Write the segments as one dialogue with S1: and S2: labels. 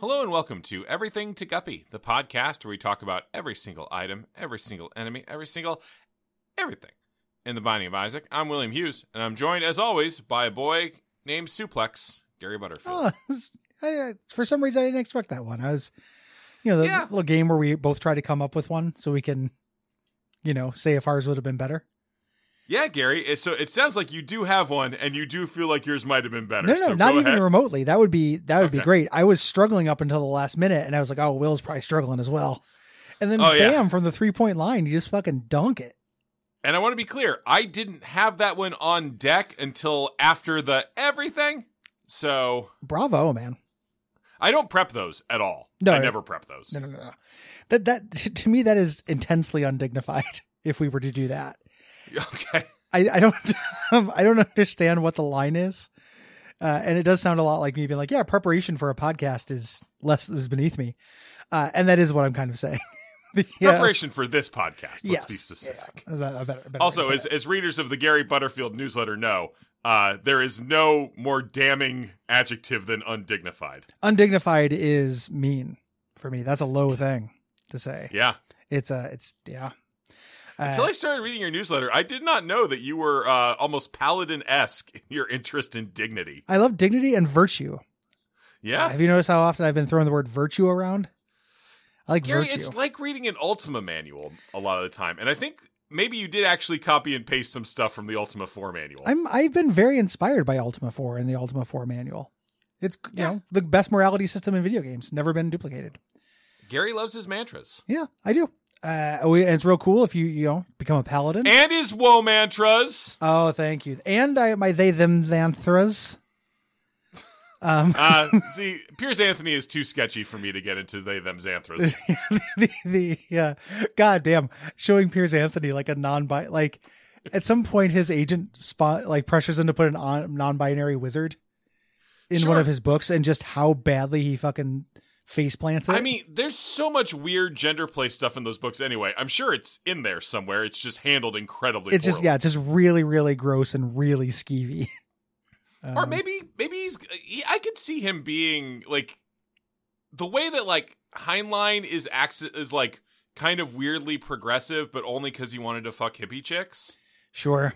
S1: Hello and welcome to Everything to Guppy, the podcast where we talk about every single item, every single enemy, every single everything in the Binding of Isaac. I'm William Hughes, and I'm joined, as always, by a boy named Suplex, Gary Butterfield.
S2: Oh, this- I, I- for some reason, I didn't expect that one. I was, you know, the
S1: Yeah.
S2: little game where we both try to come up with one so we can, you know, say if ours would have been better.
S1: Yeah, Gary. it- So it sounds like you do have one, and you do feel like yours might have been better.
S2: No, no,
S1: so
S2: not
S1: go
S2: even
S1: ahead.
S2: remotely. That would be that would be
S1: Okay.
S2: great. I was struggling up until the last minute, and I was like, "Oh, Will's probably struggling as well." And then,
S1: Oh, yeah.
S2: bam, from the three point line, you just fucking dunk it.
S1: and I want to be clear, I didn't have that one on deck until after the everything. So
S2: Bravo, man!
S1: I don't prep those at all.
S2: No,
S1: I
S2: no.
S1: never prep those.
S2: No, no, no, no. That that to me that is intensely undignified. If we were to do that,
S1: Okay.
S2: I, I don't um, I don't understand what the line is, uh, and it does sound a lot like me being like, yeah, preparation for a podcast is less is beneath me, uh, and that is what I'm kind of saying. the, uh,
S1: Preparation for this podcast. Let's
S2: yes,
S1: be specific.
S2: yeah, yeah. Is that a better- a better way to
S1: Also,
S2: put
S1: as,
S2: it?
S1: as readers of the Gary Butterfield newsletter know, uh, there is no more damning adjective than undignified.
S2: undignified is mean for me. That's a low thing to say.
S1: Yeah.
S2: It's a it's yeah. Uh,
S1: Until I started reading your newsletter, I did not know that you were uh, almost paladin esque in your interest in dignity.
S2: I love dignity and virtue.
S1: Yeah.
S2: Have you noticed how often I've been throwing the word virtue around? I like
S1: Gary,
S2: virtue.
S1: it's like reading an Ultima manual a lot of the time. And I think maybe you did actually copy and paste some stuff from the Ultima 4 manual.
S2: I'm I've been very inspired by Ultima 4 and the Ultima 4 manual. It's you
S1: Yeah.
S2: know the best morality system in video games, never been duplicated.
S1: Gary loves his mantras
S2: Yeah, I do. Uh, we, and it's real cool if you you know become a paladin.
S1: and his woe mantras.
S2: oh, thank you. And I my they them thantras. Um,
S1: Uh, see, Piers Anthony is too sketchy for me to get into they, them, Xanthras.
S2: the the yeah, goddamn, showing Piers Anthony like a non bi like at some point his agent spot like pressures him to put an on, non-binary wizard in one
S1: Sure.
S2: of his books and just how badly he fucking face plants it.
S1: I mean, there's so much weird gender play stuff in those books anyway. I'm sure it's in there somewhere. It's just handled incredibly
S2: it's just
S1: poorly.
S2: yeah, it's just really really gross and really skeevy.
S1: Or
S2: Um,
S1: maybe maybe he's he- I could see him being like the way that like Heinlein is acts is like kind of weirdly progressive but only cuz he wanted to fuck hippie chicks.
S2: sure.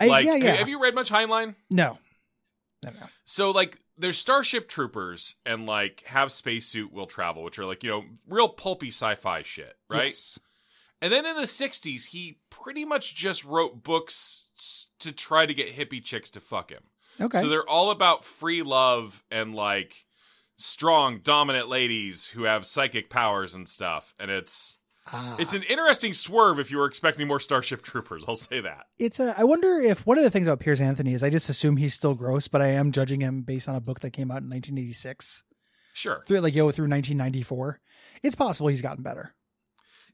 S2: I,
S1: like
S2: yeah,
S1: have-
S2: yeah.
S1: have you read much Heinlein?
S2: no. No, no.
S1: So like there's Starship Troopers and like Have Spacesuit Will Travel, which are like, you know, real pulpy sci-fi shit, right?
S2: Yes.
S1: And then in the 60s, he pretty much just wrote books s- to try to get hippie chicks to fuck him.
S2: Okay.
S1: So they're all about free love and like strong, dominant ladies who have psychic powers and stuff. And it's
S2: Ah.
S1: it's an interesting swerve if you were expecting more Starship Troopers. I'll say that.
S2: It's a. I wonder if one of the things about Piers Anthony is I just assume he's still gross, but I am judging him based on a book that came out in 1986
S1: Sure.
S2: through like yo through 1994. It's possible he's gotten better.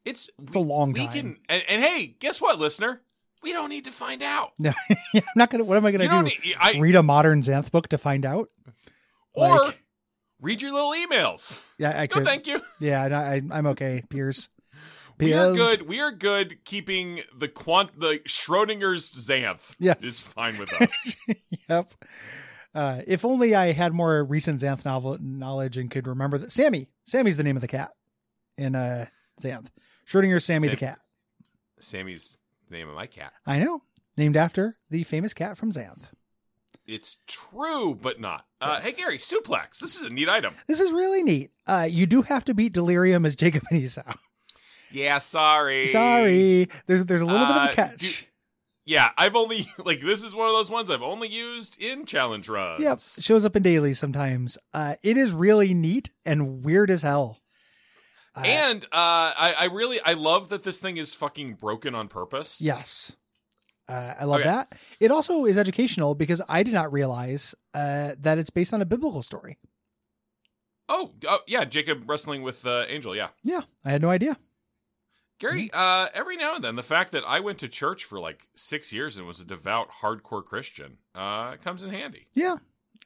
S1: It's
S2: It's a long
S1: we
S2: time.
S1: can and, and hey, guess what, listener? We don't need to find out.
S2: No, I'm not gonna. What am I gonna
S1: you don't
S2: do?
S1: need, I,
S2: Read a modern Xanth book to find out?
S1: or
S2: like-
S1: read your little emails.
S2: Yeah, I
S1: No,
S2: could.
S1: thank you.
S2: yeah, I, I, I'm okay, Piers.
S1: We are
S2: Piers.
S1: good. We are good keeping the quant the Schrodinger's Xanth.
S2: Yes.
S1: is fine with us.
S2: Yep. Uh, if only I had more recent Xanth novel knowledge and could remember that Sammy. Sammy's the name of the cat in uh, Xanth. Schrodinger's Sammy
S1: Sam-
S2: the cat.
S1: Sammy's the name of my cat.
S2: I know. Named after the famous cat from Xanth.
S1: It's true, but not. Uh,
S2: Yes.
S1: Hey, Gary, suplex. This is a neat item.
S2: This is really neat. Uh, you do have to beat Delirium as Jacob and Esau.
S1: Yeah, sorry.
S2: Sorry, there's there's a little bit
S1: Uh,
S2: of a catch.
S1: Yeah, I've only like this is one of those ones I've only used in challenge runs.
S2: Yep, shows up in dailies sometimes. Uh, it is really neat and weird as hell. Uh,
S1: And uh, I, I really I love that this thing is fucking broken on purpose.
S2: yes, uh, I love
S1: Okay.
S2: that. It also is educational because I did not realize uh, that it's based on a biblical story.
S1: Oh, oh yeah, Jacob wrestling with uh, Angel. Yeah.
S2: Yeah, I had no idea.
S1: Gary, uh, every now and then, the fact that I went to church for like six years and was a devout, hardcore Christian uh, comes in handy.
S2: Yeah,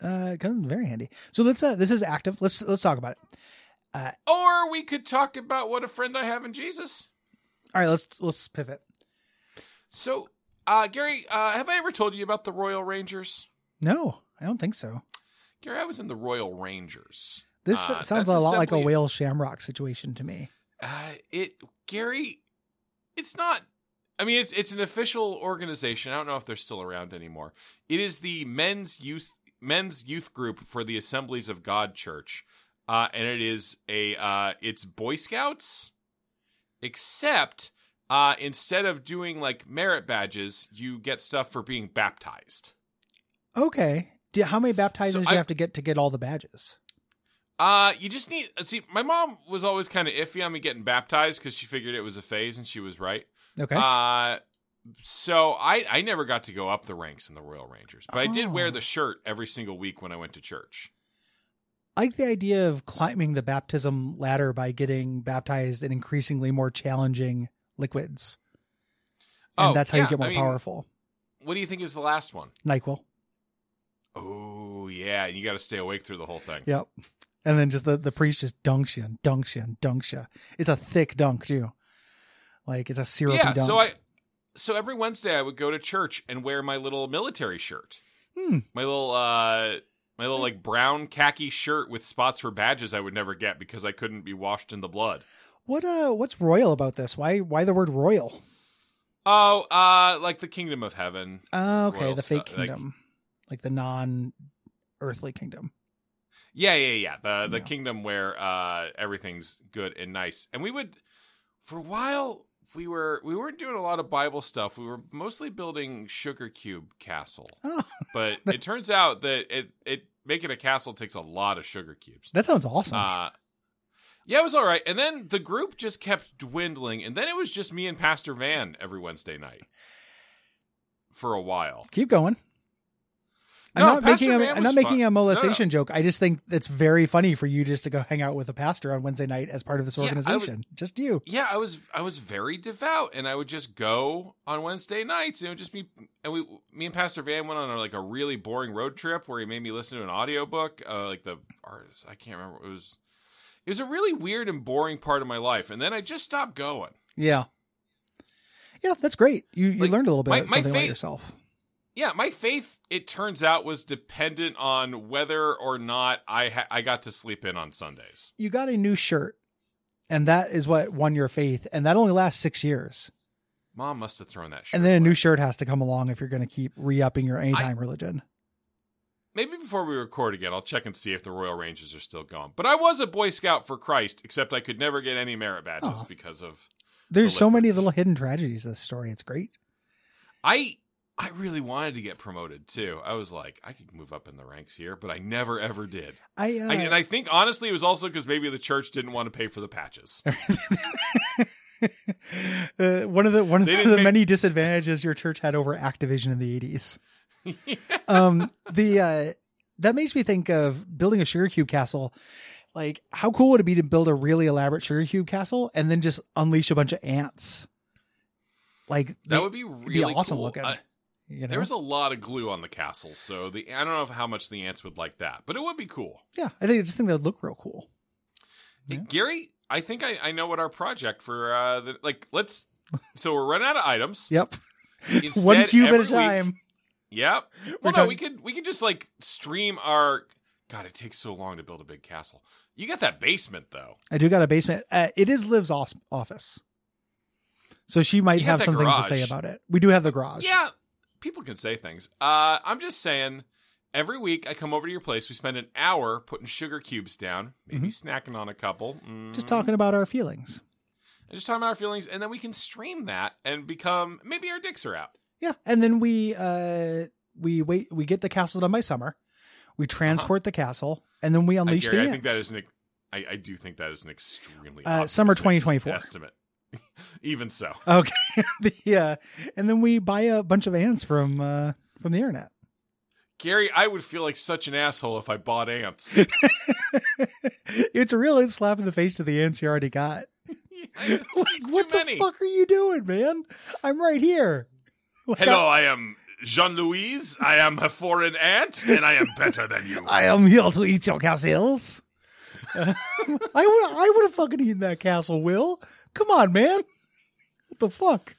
S2: uh, it comes very handy. So let's uh, this is active. Let's let's talk about it.
S1: Or we could talk about what a friend I have in Jesus.
S2: All right, let's let's pivot.
S1: So, uh, Gary, uh, have I ever told you about the Royal Rangers?
S2: No, I don't think so.
S1: Gary, I was in the Royal Rangers.
S2: This
S1: Uh,
S2: sounds a
S1: that's
S2: lot like a
S1: assembly.
S2: whale shamrock situation to me.
S1: Uh, it Gary, it's not. I mean, it's it's an official organization. I don't know if they're still around anymore. It is the men's youth men's youth group for the Assemblies of God Church, uh, and it is a uh, it's Boy Scouts, except uh, instead of doing like merit badges, you get stuff for being baptized.
S2: Okay. Do, how many baptizes
S1: So
S2: do you
S1: I-
S2: have to get to get all the badges?
S1: Uh, you just need see. My mom was always kind of iffy on me getting baptized because she figured it was a phase, and she was right.
S2: Okay.
S1: Uh, so I I never got to go up the ranks in the Royal Rangers, but I did
S2: Oh.
S1: wear the shirt every single week when I went to church.
S2: I like the idea of climbing the baptism ladder by getting baptized in increasingly more challenging liquids. And
S1: Oh,
S2: that's how
S1: yeah,
S2: you get more
S1: I mean-
S2: powerful.
S1: What do you think is the last one?
S2: NyQuil.
S1: Oh yeah, you got to stay awake through the whole thing.
S2: Yep. And then just the, the priest just dunks you and dunks you and dunks you. It's a thick dunk too. Like it's a syrupy
S1: yeah.
S2: dunk.
S1: So I so every Wednesday I would go to church and wear my little military shirt,
S2: Hmm.
S1: my little uh my little like brown khaki shirt with spots for badges I would never get because I couldn't be washed in the blood.
S2: What uh what's royal about this? Why why the word royal?
S1: Oh, uh, like the kingdom of heaven.
S2: Oh, okay,
S1: Royal
S2: the fake
S1: stu- like-
S2: kingdom. Like, the non earthly kingdom.
S1: Yeah, yeah, yeah. The the
S2: Yeah.
S1: kingdom where uh everything's good and nice. And we would for a while we were we weren't doing a lot of Bible stuff. We were mostly building Sugar Cube Castle.
S2: Oh.
S1: But it turns out that it it making a castle takes a lot of sugar cubes.
S2: That sounds awesome.
S1: Uh yeah, it was all right. And then the group just kept dwindling, and then it was just me and Pastor Van every Wednesday night for a while.
S2: Keep going. I'm
S1: No,
S2: not
S1: Pastor
S2: making a,
S1: Van
S2: I'm
S1: was
S2: not making
S1: fun.
S2: a molestation joke. I just think it's very funny for you just to go hang out with a pastor on Wednesday night as part of this
S1: Yeah, I would-
S2: organization. just you.
S1: yeah i was i was very devout and i would just go on wednesday nights and it would just be and we me and pastor van went on like a really boring road trip where he made me listen to an audiobook uh like the artist i can't remember it was it was a really weird and boring part of my life and then i just stopped going
S2: Yeah. Yeah, that's great. You you
S1: Like,
S2: learned a little bit
S1: my-
S2: about
S1: my
S2: something about
S1: faith-
S2: yourself.
S1: yeah my faith it turns out was dependent on whether or not i ha- i got to sleep in on sundays
S2: You got a new shirt, and that is what won your faith, and that only lasts six years.
S1: mom must have thrown that shirt
S2: And then a new
S1: away.
S2: shirt has to come along if you're going to keep re upping your anytime religion.
S1: Maybe before we record again, I'll check and see if the Royal Rangers are still gone. But I was a Boy Scout for Christ, except I could never get any merit badges
S2: Aw.
S1: because of
S2: There's
S1: the
S2: so many
S1: liquids.
S2: little hidden tragedies in this story. It's great.
S1: I. I really wanted to get promoted too. I was like, I could move up in the ranks here, but I never ever did.
S2: I, uh,
S1: I, and I think honestly, it was also because maybe the church didn't want to pay for the patches.
S2: uh, one of the one of
S1: They
S2: the,
S1: didn't make-
S2: many disadvantages your church had over Activision in the 80s. um the uh that makes me think of building a sugar cube castle. Like how cool would it be to build a really elaborate sugar cube castle and then just unleash a bunch of ants? Like
S1: That
S2: the-
S1: would be really
S2: awesome
S1: cool.
S2: looking,
S1: Uh,
S2: you know?
S1: there was a lot of glue on the castle, so the I don't know how much the ants would like that, but it would be cool.
S2: yeah, I think I just think that would look real cool.
S1: Hey,
S2: Yeah.
S1: Gary, I think I, I know what our project for uh the, like let's so we're running out of items.
S2: Yep.
S1: Instead,
S2: One cube at
S1: every
S2: a
S1: week-
S2: time.
S1: yep. Well,
S2: We're
S1: no,
S2: talking-
S1: we could we could just like stream our. God, it takes so long to build a big castle. You got that basement though.
S2: I do got a basement. Uh, it is Liv's os- office. So she
S1: You
S2: might
S1: got
S2: have
S1: that
S2: some things to say
S1: garage.
S2: about it. We do have the garage.
S1: Yeah, people can say things. Uh, I'm just saying. Every week I come over to your place. We spend an hour putting sugar cubes down, maybe snacking on a couple.
S2: Mm-hmm. Just
S1: Mhm.
S2: talking about our feelings.
S1: just talking about our feelings, and then we can stream that and become maybe our dicks are out.
S2: Yeah. And then we uh we wait we get the castle done by summer. We transport the castle and then we
S1: Uh-huh. I-
S2: unleash
S1: Gary,
S2: the ants.
S1: I think that is an. ex- I, I do think that is an extremely
S2: Uh, summer
S1: optimistic
S2: 2024.
S1: estimate. Even so,
S2: Okay. the uh, and then we buy a bunch of ants from uh from the internet.
S1: Gary, I would feel like such an asshole if I bought ants.
S2: it's a real slap in the face to the ants you already got.
S1: like,
S2: Like, what the fuck are you doing, man? I'm right here. Like,
S1: Hello, I am Jean Louise. I am a foreign ant, and I am better than you.
S2: I am here to eat your castles. I would I would have fucking eaten that castle, Will. Come on, man. What the fuck?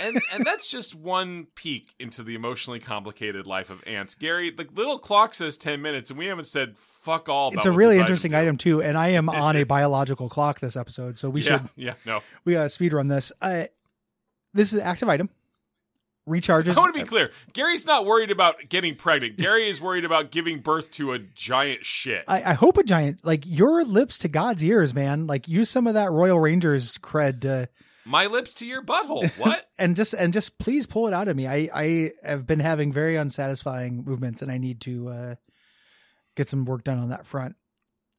S1: and and that's just one peek into the emotionally complicated life of ants. Gary, the little clock says ten minutes, and we haven't said fuck all.
S2: It's
S1: about
S2: a
S1: what
S2: really
S1: this
S2: interesting
S1: item.
S2: item too, and I am
S1: It-
S2: on a
S1: it's-
S2: biological clock this episode, so we
S1: yeah,
S2: should
S1: yeah, no.
S2: we gotta speed run this. Uh, this is an active item. Recharges.
S1: I want to be clear. Gary's not worried about getting pregnant. Gary is worried about giving birth to a giant shit.
S2: I, I hope a giant like your lips to God's ears, man. Like use some of that Royal Rangers cred to,
S1: My lips to your butthole. What?
S2: and just and just please pull it out of me. I I have been having very unsatisfying movements, and I need to uh, get some work done on that front.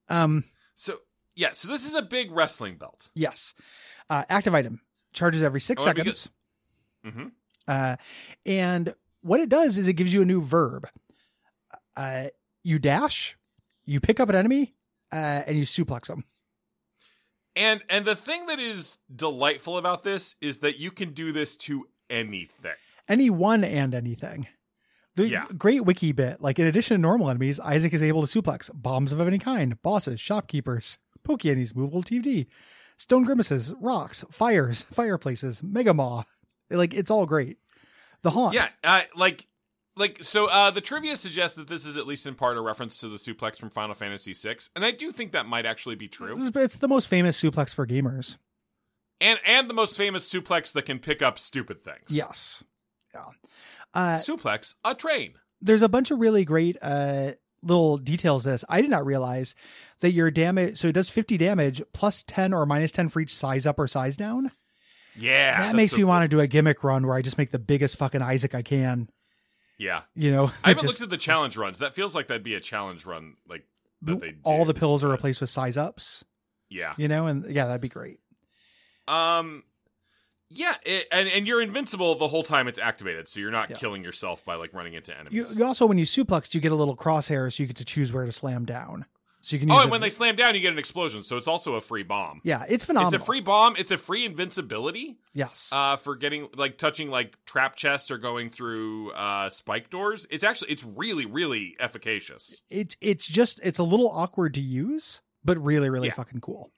S2: Um.
S1: so yeah, so this is a big wrestling belt.
S2: Yes. Uh, active item charges every six
S1: I wanna Oh, be good-
S2: seconds.
S1: hmm
S2: Uh, and what it does is it gives you a new verb. Uh, you dash, you pick up an enemy, uh, and you suplex them.
S1: And and the thing that is delightful about this is that you can do this to anything.
S2: Any one and anything. The
S1: Yeah.
S2: great wiki bit, like in addition to normal enemies, Isaac is able to suplex bombs of any kind, bosses, shopkeepers, Pokeanis, movable TD, stone grimaces, rocks, fires, fireplaces, Mega Maw. Like it's all great. The haunt.
S1: Yeah, uh, like like so uh the trivia suggests that this is at least in part a reference to the suplex from Final Fantasy VI, and I do think that might actually be true.
S2: It's- It's the most famous suplex for gamers.
S1: And and the most famous suplex that can pick up stupid things.
S2: Yes. Yeah. Uh,
S1: Suplex a train.
S2: there's a bunch of really great uh, little details. to This I did not realize that your damage. So it does 50 damage plus 10 or minus 10 for each size up or size down.
S1: Yeah.
S2: that makes me want to do a gimmick run where I just make the biggest fucking Isaac I can.
S1: to Yeah.
S2: You know,
S1: I haven't
S2: just-
S1: looked at the challenge runs. That feels like that'd be a challenge run like that they
S2: all the
S1: did.
S2: pills are replaced with size ups.
S1: Yeah.
S2: You know, and yeah, that'd be great.
S1: Um yeah, it, and and you're invincible the whole time it's activated, so you're not
S2: Yeah.
S1: killing yourself by like running into
S2: You,
S1: enemies.
S2: you also, when you suplex, you get a little crosshair, so you get to choose where to slam down. So you can. Use
S1: oh, and
S2: it-
S1: when they slam down, you get an explosion, so it's also a free bomb.
S2: yeah, it's phenomenal.
S1: It's a free bomb. It's a free invincibility
S2: yes.
S1: uh, for getting like touching like trap chests or going through uh, spike doors. It's actually it's really really efficacious.
S2: it's it's just it's a little awkward to use, but really really
S1: Yeah.
S2: fucking cool.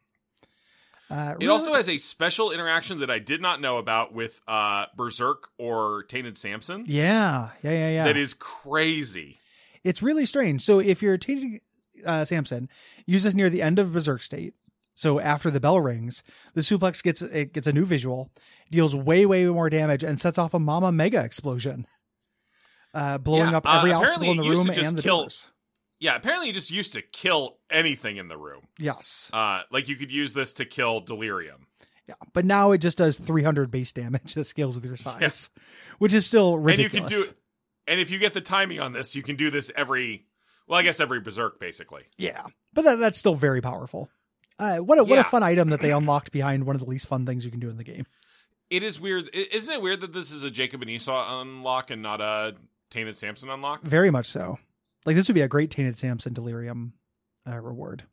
S2: Uh,
S1: It also has a special interaction that I did not know about with uh, Berserk or Tainted Samson.
S2: yeah yeah yeah yeah.
S1: That is crazy.
S2: it's really strange. So if you're taking uh, Samson, use this near the end of Berserk State. So after the bell rings, the suplex gets it gets a new visual, deals way way more damage, and sets off a Mama Mega explosion, uh, blowing
S1: Yeah,
S2: up every
S1: uh, apparently
S2: obstacle in the
S1: it used
S2: room
S1: to just
S2: and the
S1: kill-
S2: doors.
S1: Yeah, apparently you just used to kill anything in the room.
S2: Yes,
S1: Uh, like you could use this to kill Delirium.
S2: yeah, but now it just does 300 base damage that scales with your size, which is still ridiculous.
S1: And you can do and if you get the timing on this, you can do this every well, I guess every berserk basically.
S2: Yeah, but that, that's still very powerful. Uh, what a what a
S1: Yeah.
S2: fun item that they unlocked behind one of the least fun things you can do in the game.
S1: It is weird. i- Isn't it weird that this is a Jacob and Esau unlock and not a Tainted Samson unlock?
S2: Very much so. Like this would be a great tainted Samson delirium uh, reward.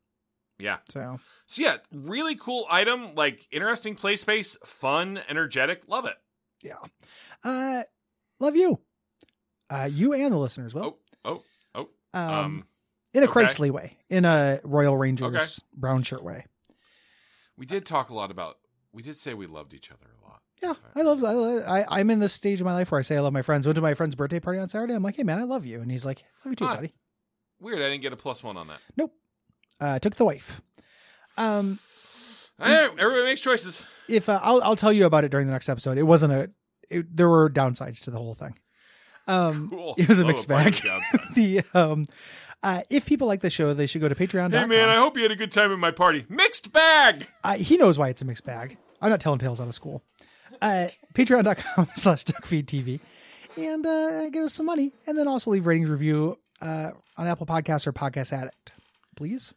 S1: Yeah.
S2: So
S1: So yeah, really cool item, like interesting play space, fun, energetic. Love it.
S2: yeah, uh, love you, uh, you and the listeners. Well,
S1: Oh, oh.
S2: um,
S1: Um,
S2: in a
S1: okay.
S2: Christly way, in a Royal Rangers brown shirt way.
S1: we did talk a lot about we did say we loved each other a lot.
S2: Yeah, I love. I, love- I I'm in this stage of my life where I say I love my friends. Went to my friend's birthday party on Saturday. I'm like, hey man, I love you, and he's like, love you too,
S1: Hi.
S2: buddy.
S1: Weird, I didn't get a plus one on that.
S2: Uh, took the wife. Um,
S1: All right, everybody makes choices.
S2: if uh, I'll I'll tell you about it during the next episode. It wasn't a. It, there were downsides to the whole thing. Um,
S1: Cool.
S2: It was a
S1: Love
S2: mixed
S1: bunch
S2: bag.
S1: of downside.
S2: the um, uh, if people like the show, they should go to Patreon.
S1: hey man, I hope you had a good time at my party. Mixed bag.
S2: uh, he knows why it's a mixed bag. I'm not telling tales out of school. Uh, Patreon.com slash DuckFeedTV. And uh, give us some money. And then also leave ratings review uh, on Apple Podcasts or Podcast Addict, please.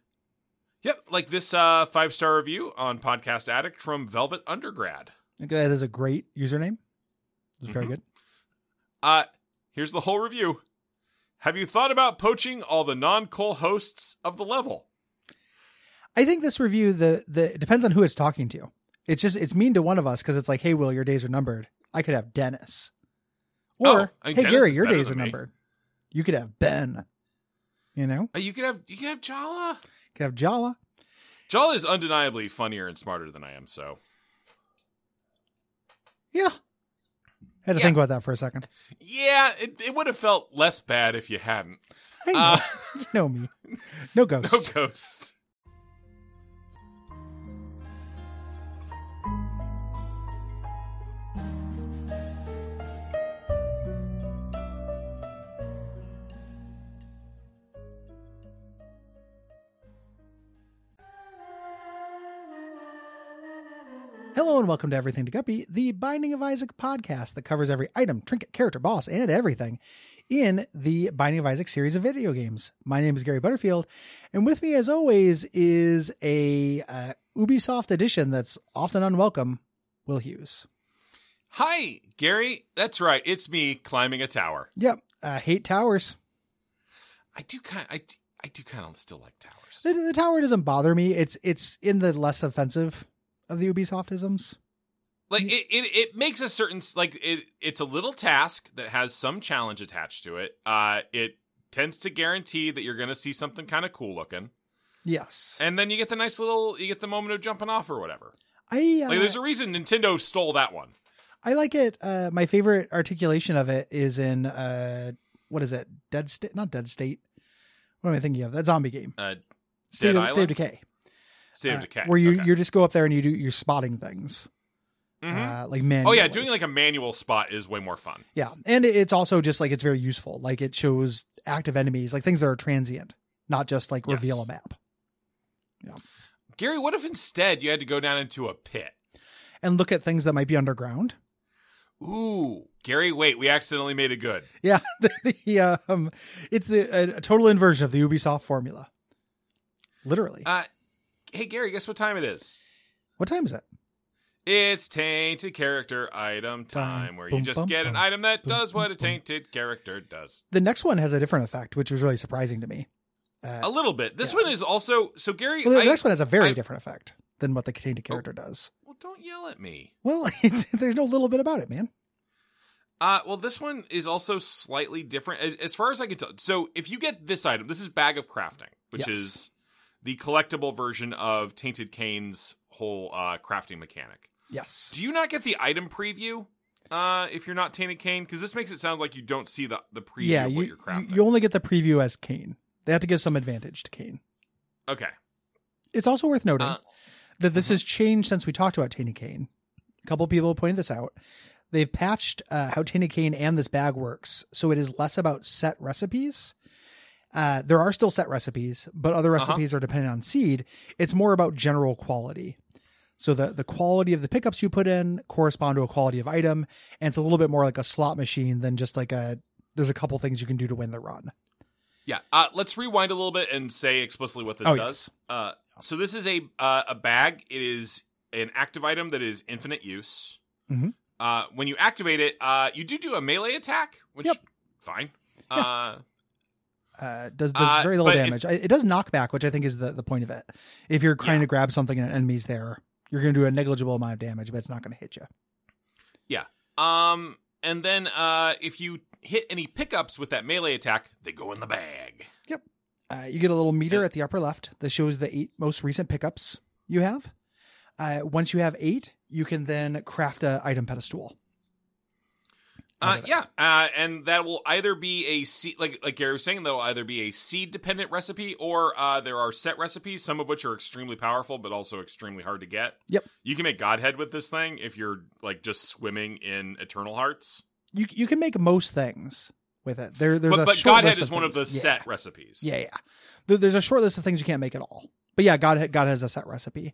S1: Yep, like this uh, five star review on Podcast Addict from Velvet Undergrad.
S2: Okay, That is a great username. It's
S1: Mm-hmm.
S2: very good.
S1: Uh, here's the whole review. Have you thought about poaching all the non Cole hosts of the level?
S2: I think this review, the the it depends on who it's talking to. It's just it's mean to one of us because it's like, hey, Will, your days are numbered. I could have Dennis, or
S1: Oh, I
S2: hey,
S1: mean, Dennis
S2: Gary,
S1: is
S2: your
S1: better
S2: days are
S1: than me.
S2: numbered. You could have Ben. You know,
S1: Uh, you could have you could have Jala.
S2: could have Jala.
S1: Jala is undeniably funnier and smarter than I am, so
S2: Yeah, had to
S1: Yeah.
S2: think about that for a second.
S1: Yeah, it, it would have felt less bad if you hadn't.
S2: I know,
S1: Uh,
S2: you know me. No ghost.
S1: no ghost.
S2: Hello and welcome to Everything to Guppy, the Binding of Isaac podcast that covers every item, trinket, character, boss, and everything in the Binding of Isaac series of video games. My name is Gary Butterfield, and with me, as always, is a uh, Ubisoft edition that's often unwelcome, Will Hughes.
S1: Hi, Gary. That's right. It's me climbing a tower.
S2: Yep, uh, hate towers.
S1: I do kind. I d- I do kind of still like towers.
S2: The, the tower doesn't bother me. It's it's in the less offensive of the Ubisoftisms.
S1: Like it, it, it makes a certain s- like it. It's a little task that has some challenge attached to it. Uh, it tends to guarantee that you're going to see something kind of cool looking,
S2: Yes,
S1: and then you get the nice little you get the moment of jumping off or whatever.
S2: I uh,
S1: Like there's a reason Nintendo stole that one.
S2: I like it. Uh, my favorite articulation of it is in uh, what is it? Dead state? Not dead state. What am I thinking of? That zombie game.
S1: Uh,
S2: State of,
S1: Island?
S2: State of Decay.
S1: State of
S2: Uh,
S1: Decay.
S2: Where you
S1: Okay.
S2: you just go up there and you do you're spotting things.
S1: Mhm.
S2: Uh, like man.
S1: oh yeah, doing like a manual spot is way more fun.
S2: yeah, and it- it's also just like it's very useful. Like it shows active enemies, like things that are transient, not just like reveal
S1: Yes.
S2: a map.
S1: Gary, what if instead you had to go down into a pit?
S2: And look at things that might be underground.
S1: Ooh, Gary, wait, we accidentally made it good.
S2: Yeah, the, the, um, it's the a, a total inversion of the Ubisoft formula. Literally.
S1: Uh, hey, Gary, guess what time it is?
S2: what time is it?
S1: It's tainted character item time,
S2: Time.
S1: where
S2: Bum,
S1: you just
S2: bum,
S1: get an
S2: bum,
S1: item that
S2: bum,
S1: does
S2: bum,
S1: what a
S2: bum.
S1: tainted character does.
S2: The next one has a different effect, which was really surprising to me. Uh,
S1: A little bit. This
S2: Yeah.
S1: one is also so, Gary.
S2: well, the
S1: I,
S2: next one has a very
S1: I- Oh.
S2: different effect than what the contained character does.
S1: well, don't yell at me.
S2: Well, it's, there's no little bit about it, man.
S1: Uh, well, this one is also slightly different as, as far as I can tell. So, if you get this item, this is Bag of Crafting, which
S2: Yes.
S1: is the collectible version of Tainted Kane's whole uh, crafting mechanic.
S2: Yes.
S1: Do you not get the item preview uh, if you're not Tainted Kane? Because this makes it sound like you don't see the, the preview
S2: yeah,
S1: of
S2: you,
S1: what
S2: you
S1: you're crafting.
S2: you only get the preview as Kane. They have to give some advantage to Kane.
S1: okay.
S2: It's also worth noting
S1: Uh,
S2: that this has changed since we talked about Taney Kane. A couple people pointed this out. They've patched uh, how Taney Kane and this bag works, so it is less about set recipes. Uh, there are still set recipes, but other
S1: Uh-huh.
S2: recipes are dependent on seed. It's more about general quality. So the the quality of the pickups you put in correspond to a quality of item, and it's a little bit more like a slot machine than just like a. There's a couple things you can do to win the run.
S1: Yeah. Uh, let's rewind a little bit and say explicitly what this
S2: Oh,
S1: does. Uh, so this is a uh, a bag. It is an active item that is infinite use.
S2: Mhm.
S1: Uh, when you activate it, uh, you do do a melee attack, which
S2: Yep.
S1: fine.
S2: Yeah.
S1: Uh,
S2: uh, does does
S1: Uh,
S2: very little
S1: but if-
S2: damage. I, it does knockback, which I think is the, the point of it. If you're trying
S1: Yeah.
S2: to grab something and an enemy's there, you're going to do a negligible amount of damage, but it's not going to hit you.
S1: um, and then uh, if you hit any pickups with that melee attack, they go in the bag.
S2: Uh, you get a little meter
S1: Yeah.
S2: at the upper left that shows the eight most recent pickups you have. Uh, once you have eight, you can then craft a item pedestal. out
S1: Uh,
S2: of it.
S1: yeah, uh, and that will either be a seed, like like Gary was saying, that will either be a seed dependent recipe, or uh, there are set recipes, some of which are extremely powerful, but also extremely hard to get.
S2: Yep.
S1: you can make Godhead with this thing if you're like just swimming in Eternal Hearts.
S2: You you can make most things with it. There there's
S1: but
S2: a
S1: but
S2: short
S1: Godhead
S2: list
S1: is one of the
S2: things. Yeah.
S1: set recipes.
S2: Yeah, yeah. There- There's a short list of things you can't make at all. But yeah, God, God has a set recipe.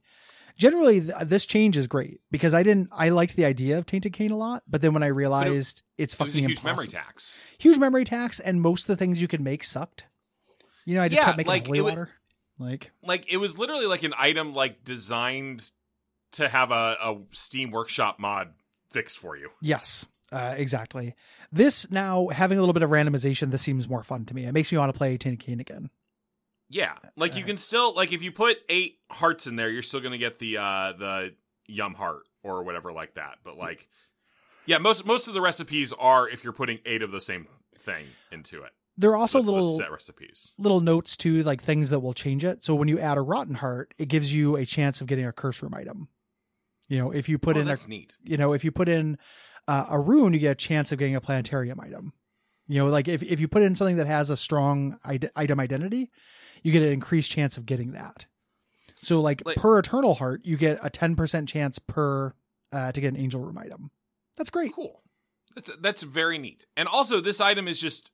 S2: Generally, th- this change is great because I didn't. I liked the idea of Tainted Cane a lot, but then when I realized it's
S1: it was a
S2: fucking
S1: huge
S2: impossible.
S1: memory tax.
S2: huge memory tax, and most of the things you could make sucked. You know, I just
S1: Yeah,
S2: kept making
S1: like,
S2: holy
S1: it wa-
S2: water. Like,
S1: Like it was literally like an item like designed to have a, a Steam Workshop mod fixed for you.
S2: yes, uh, exactly. This now having a little bit of randomization. This seems more fun to me. It makes me want to play Tainted Cane again.
S1: Yeah, like you
S2: Uh,
S1: can still like if you put eight hearts in there, you're still gonna get the uh the yum heart or whatever like that. But like, yeah, most most of the recipes are if you're putting eight of the same thing into it.
S2: There are also
S1: That's the
S2: little
S1: set recipes.
S2: little notes to like things that will change it. So when you add a rotten heart, it gives you a chance of getting a curse room item. You know, if you put
S1: oh,
S2: in a
S1: that's neat.
S2: you know, if you put in uh, a rune, you get a chance of getting a planetarium item. You know, like if, if you put in something that has a strong ide- item identity, you get an increased chance of getting that. So, like,
S1: Like-
S2: per Eternal Heart, you get a 10% chance per uh, to get an Angel Room item. That's great.
S1: Cool. That's, that's very neat. And also, this item is just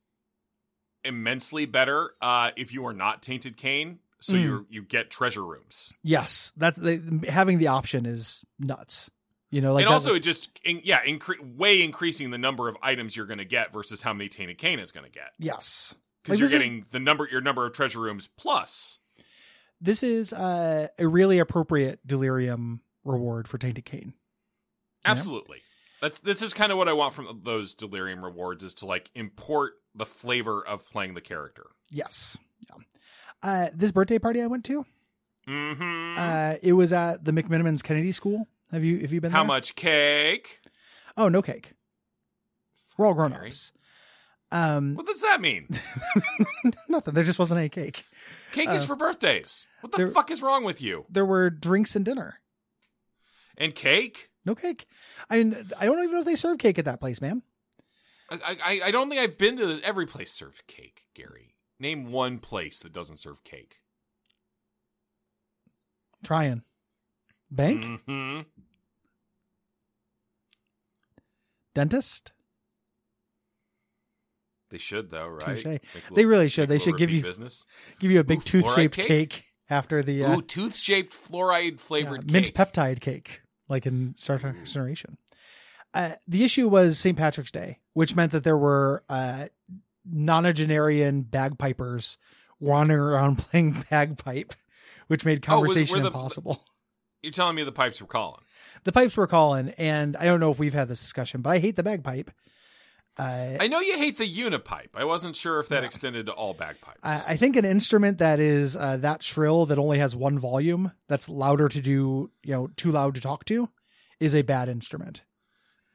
S1: immensely better uh, if you are not Tainted Cane. So
S2: Mm.
S1: you you get treasure rooms,
S2: Yes, that's the, having the option is nuts. You know, like
S1: and
S2: that-
S1: also it just in, yeah, incre- way increasing the number of items you're going to get versus how many Tainted Cane is going to get
S2: yes,
S1: because
S2: Like,
S1: you're
S2: this is-
S1: getting the number your number of treasure rooms plus.
S2: this is uh, a really appropriate delirium reward for Tainted Cane. Yeah.
S1: Absolutely. That's this is kind of what I want from those delirium rewards is to like import the flavor of playing the character.
S2: Yes. Yeah. Uh, this birthday party I went to,
S1: Mm-hmm.
S2: uh, it was at the McMinimans Kennedy School. Have you have you been
S1: How
S2: there?
S1: much cake?
S2: Oh, no cake. We're all grown
S1: Mary.
S2: ups. Um,
S1: What does that mean?
S2: nothing. There just wasn't any cake.
S1: Cake is
S2: Uh,
S1: for birthdays. What the
S2: there-
S1: fuck is wrong with you?
S2: There were drinks and dinner.
S1: And cake?
S2: No cake. I mean, I don't even know if they serve cake at that place, man.
S1: I, I I don't think I've been to this. every place serves cake, Gary. Name one place that doesn't serve cake.
S2: Trying. Bank,
S1: Mhm.
S2: dentist.
S1: They should though, right?
S2: Touche.
S1: Make a
S2: They
S1: little-
S2: really
S1: make
S2: should. They
S1: a little
S2: should give
S1: repeat
S2: you
S1: business.
S2: give you a big
S1: Ooh,
S2: tooth shaped
S1: fluoride
S2: cake?
S1: cake?
S2: after the uh,
S1: Ooh, tooth shaped fluoride
S2: yeah,
S1: flavored
S2: mint
S1: cake. Hmm.
S2: peptide cake, like in Star Trek
S1: Ooh.
S2: Next Generation. Uh, the issue was St. Patrick's Day, which meant that there were uh, nonagenarian bagpipers wandering around playing bagpipe, which made
S1: Oh, was- were
S2: conversation
S1: the-
S2: impossible.
S1: You're telling me the pipes were calling.
S2: The pipes were calling, and I don't know if we've had this discussion, but I hate the bagpipe. Uh,
S1: I know you hate the unipipe. I wasn't sure if that extended to all bagpipes.
S2: I, I think an instrument that is uh, that shrill that only has one volume that's louder to do you know too loud to talk to is a bad instrument.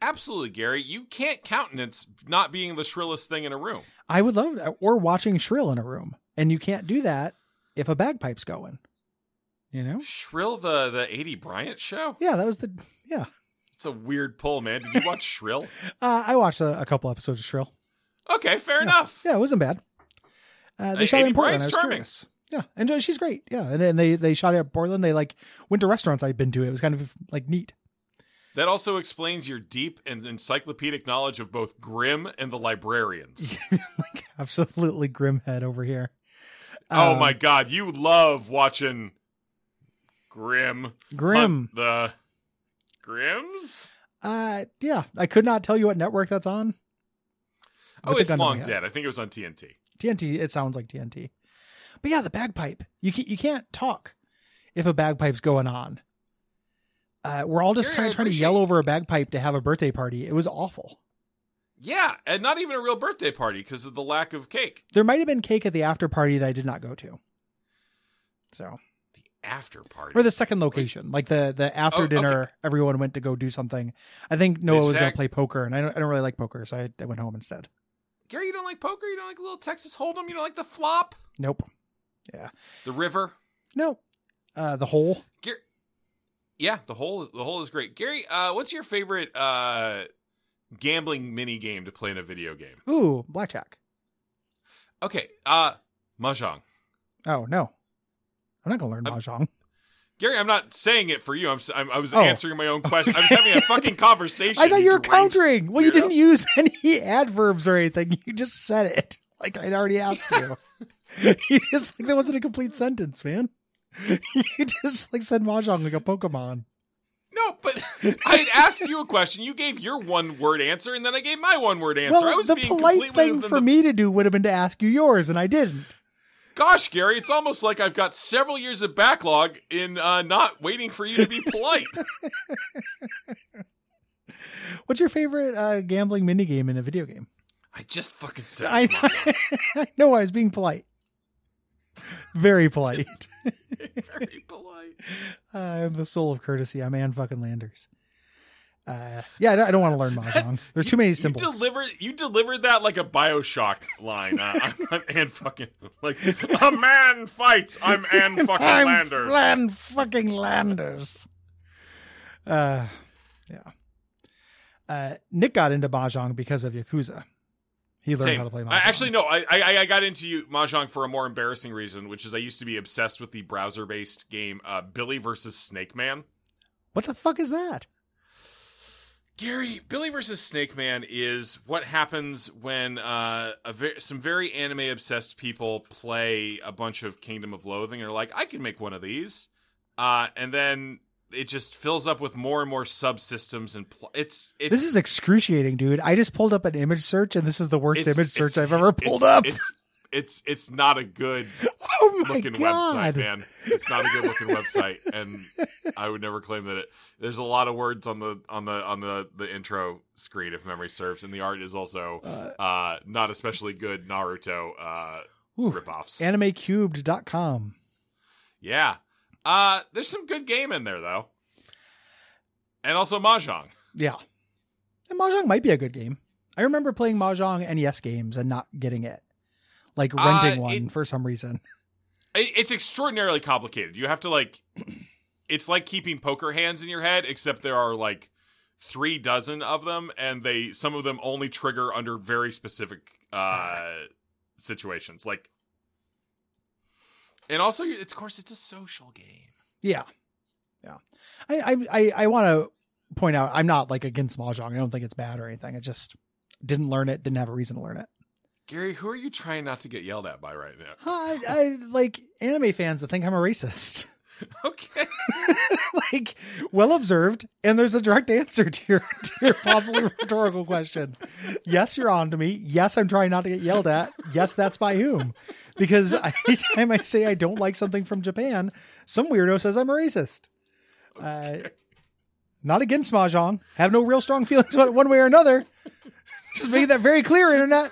S1: Absolutely, Gary. You can't countenance not being the shrillest thing in a room.
S2: I would love that. or watching shrill in a room, and you can't do that if a bagpipe's going. You know?
S1: Shrill, the the 80 Bryant show?
S2: Yeah, that was the yeah.
S1: It's a weird pull, man. Did you watch Shrill?
S2: Uh, I watched a, a couple episodes of Shrill.
S1: Okay, fair enough.
S2: Yeah, it wasn't bad. Uh, they
S1: Hey,
S2: shot it
S1: Amy
S2: in Portland.
S1: Bryant's
S2: I was
S1: charming.
S2: curious. Yeah, and uh, she's great. Yeah, and, and they they shot it at Portland. They like went to restaurants I'd been to. It was kind of like neat.
S1: That also explains your deep and encyclopedic knowledge of both Grimm and the librarians.
S2: like absolutely grim head over here.
S1: oh
S2: Um,
S1: my god, you love watching Grimm.
S2: Grim.
S1: Hunt the Grimms?
S2: Uh, yeah, I could not tell you what network that's on.
S1: Oh,
S2: With the
S1: it's
S2: gun to my
S1: long
S2: head.
S1: dead. I think it was on TNT.
S2: TNT. It sounds like TNT. But yeah, the bagpipe. You can't, you can't talk if a bagpipe's going on. Uh, we're all just
S1: Gary,
S2: kind
S1: I
S2: of trying to yell over a bagpipe to have a birthday party. It was awful.
S1: Yeah, and not even a real birthday party because of the lack of cake.
S2: There might have been cake at the after party that I did not go to. So,
S1: The after party.
S2: or the second location, like the the after
S1: Oh,
S2: dinner, everyone went to go do something. I think Noah was going
S1: Hashtag-
S2: to play poker, and I don't, I don't really like poker, so I, I went home instead.
S1: Gary, you don't like poker? You don't like little Texas Hold'em? You don't like the flop?
S2: Nope.
S1: The river?
S2: No. Uh, the hole.
S1: Gary, yeah, the hole. The hole is great. Gary, uh, what's your favorite uh, gambling mini game to play in a video game?
S2: Ooh, blackjack.
S1: Okay, uh, mahjong.
S2: Oh no, I'm not gonna learn mahjong.
S1: Gary, I'm not saying it for you. I'm. s- I'm I was
S2: Oh.
S1: answering my own question. I was having a fucking conversation.
S2: I thought you were
S1: deranged
S2: countering. Well, you
S1: weirdo.
S2: didn't use any adverbs or anything. You just said it like I'd already asked you. you just like that wasn't a complete sentence, man. You just like said mahjong like a Pokemon.
S1: No, but I had asked you a question. You gave your one word answer, and then I gave my one word answer. I
S2: well,
S1: was
S2: the
S1: being
S2: polite
S1: completely
S2: thing
S1: within
S2: for
S1: the-
S2: me to do would have been to ask you yours, and I didn't.
S1: Gosh, Gary, it's almost like I've got several years of backlog in uh, not waiting for you to be polite.
S2: What's your favorite uh, gambling minigame in a video game?
S1: I just fucking said.
S2: I,
S1: it.
S2: I know I was being polite. Very polite.
S1: Very polite.
S2: I'm the soul of courtesy. I'm Ann fucking Landers. Uh, yeah, I don't, I don't want to learn mahjong. There's too many symbols.
S1: You delivered, you delivered that like a Bioshock line. Uh, I'm not Ann fucking like a man fights. I'm Ann fucking
S2: I'm
S1: Landers.
S2: Flan fucking Landers. Uh, yeah. uh, Nick got into mahjong because of Yakuza. He learned
S1: Same.
S2: how to play mahjong.
S1: I, actually, no. I, I I got into you- mahjong for a more embarrassing reason, which is I used to be obsessed with the browser-based game uh, Billy versus Snake Man.
S2: what the fuck is that?
S1: Gary, Billy versus Snake Man is what happens when uh, a ve- some very anime obsessed people play a bunch of Kingdom of Loathing and are like, I can make one of these. Uh, and then it just fills up with more and more subsystems and pl- it's it's
S2: This is excruciating, dude. I just pulled up an image search, and this is the worst
S1: it's-
S2: image search
S1: it's-
S2: I've ever pulled
S1: it's-
S2: up.
S1: It's it's it's not a good
S2: oh my
S1: looking
S2: god!
S1: website, man. It's not a good looking website, and I would never claim that it. There's a lot of words on the on the on the the intro screen, if memory serves, and the art is also
S2: Uh,
S1: uh, not especially good Naruto uh,
S2: ooh,
S1: ripoffs.
S2: animecubed.com.
S1: yeah, uh, there's some good game in there though, and also mahjong.
S2: Yeah. And Mahjong might be a good game. I remember playing Mahjong NES games and not getting it. Like
S1: Uh,
S2: renting one
S1: it-
S2: for some reason.
S1: It, it's extraordinarily complicated. You have to like, it's like keeping poker hands in your head, except there are like three dozen of them, and they some of them only trigger under very specific uh situations. Like, and also, it's of course, it's a social game.
S2: Yeah. Yeah. I I I, I want to point out I'm not like against Mahjong. I don't think it's bad or anything. I just didn't learn it, didn't have a reason to learn it.
S1: Gary, who are you trying not to get yelled at by right now?
S2: Huh, I, I like anime fans that think I'm a racist.
S1: Okay,
S2: like well observed and there's a direct answer to your, to your possibly rhetorical question yes you're on to me yes i'm trying not to get yelled at yes that's by whom because anytime i say i don't like something from japan some weirdo says i'm a racist uh, not against mahjong have no real strong feelings about it one way or another just making that very clear internet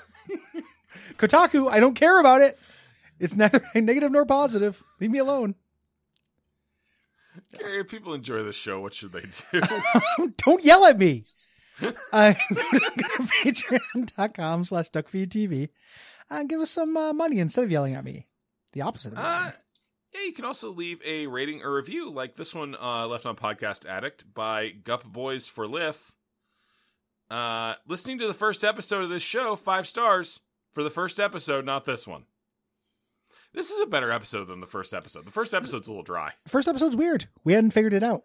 S2: kotaku i don't care about it it's neither negative nor positive leave me alone
S1: Gary, if people enjoy this show, what should they do?
S2: don't yell at me. Uh, go to go to patreon.com slash duckfeedtv uh, and give us some uh, money instead of yelling at me. The opposite of yelling
S1: Uh,
S2: at me.
S1: yeah, you can also leave a rating or review like this one uh, left on Podcast Addict by Gup Boys for Liff. Uh, listening to the first episode of this show, five stars for the first episode, not this one. This is a better episode than the first episode. The first episode's a little dry.
S2: First episode's weird. We hadn't figured it out.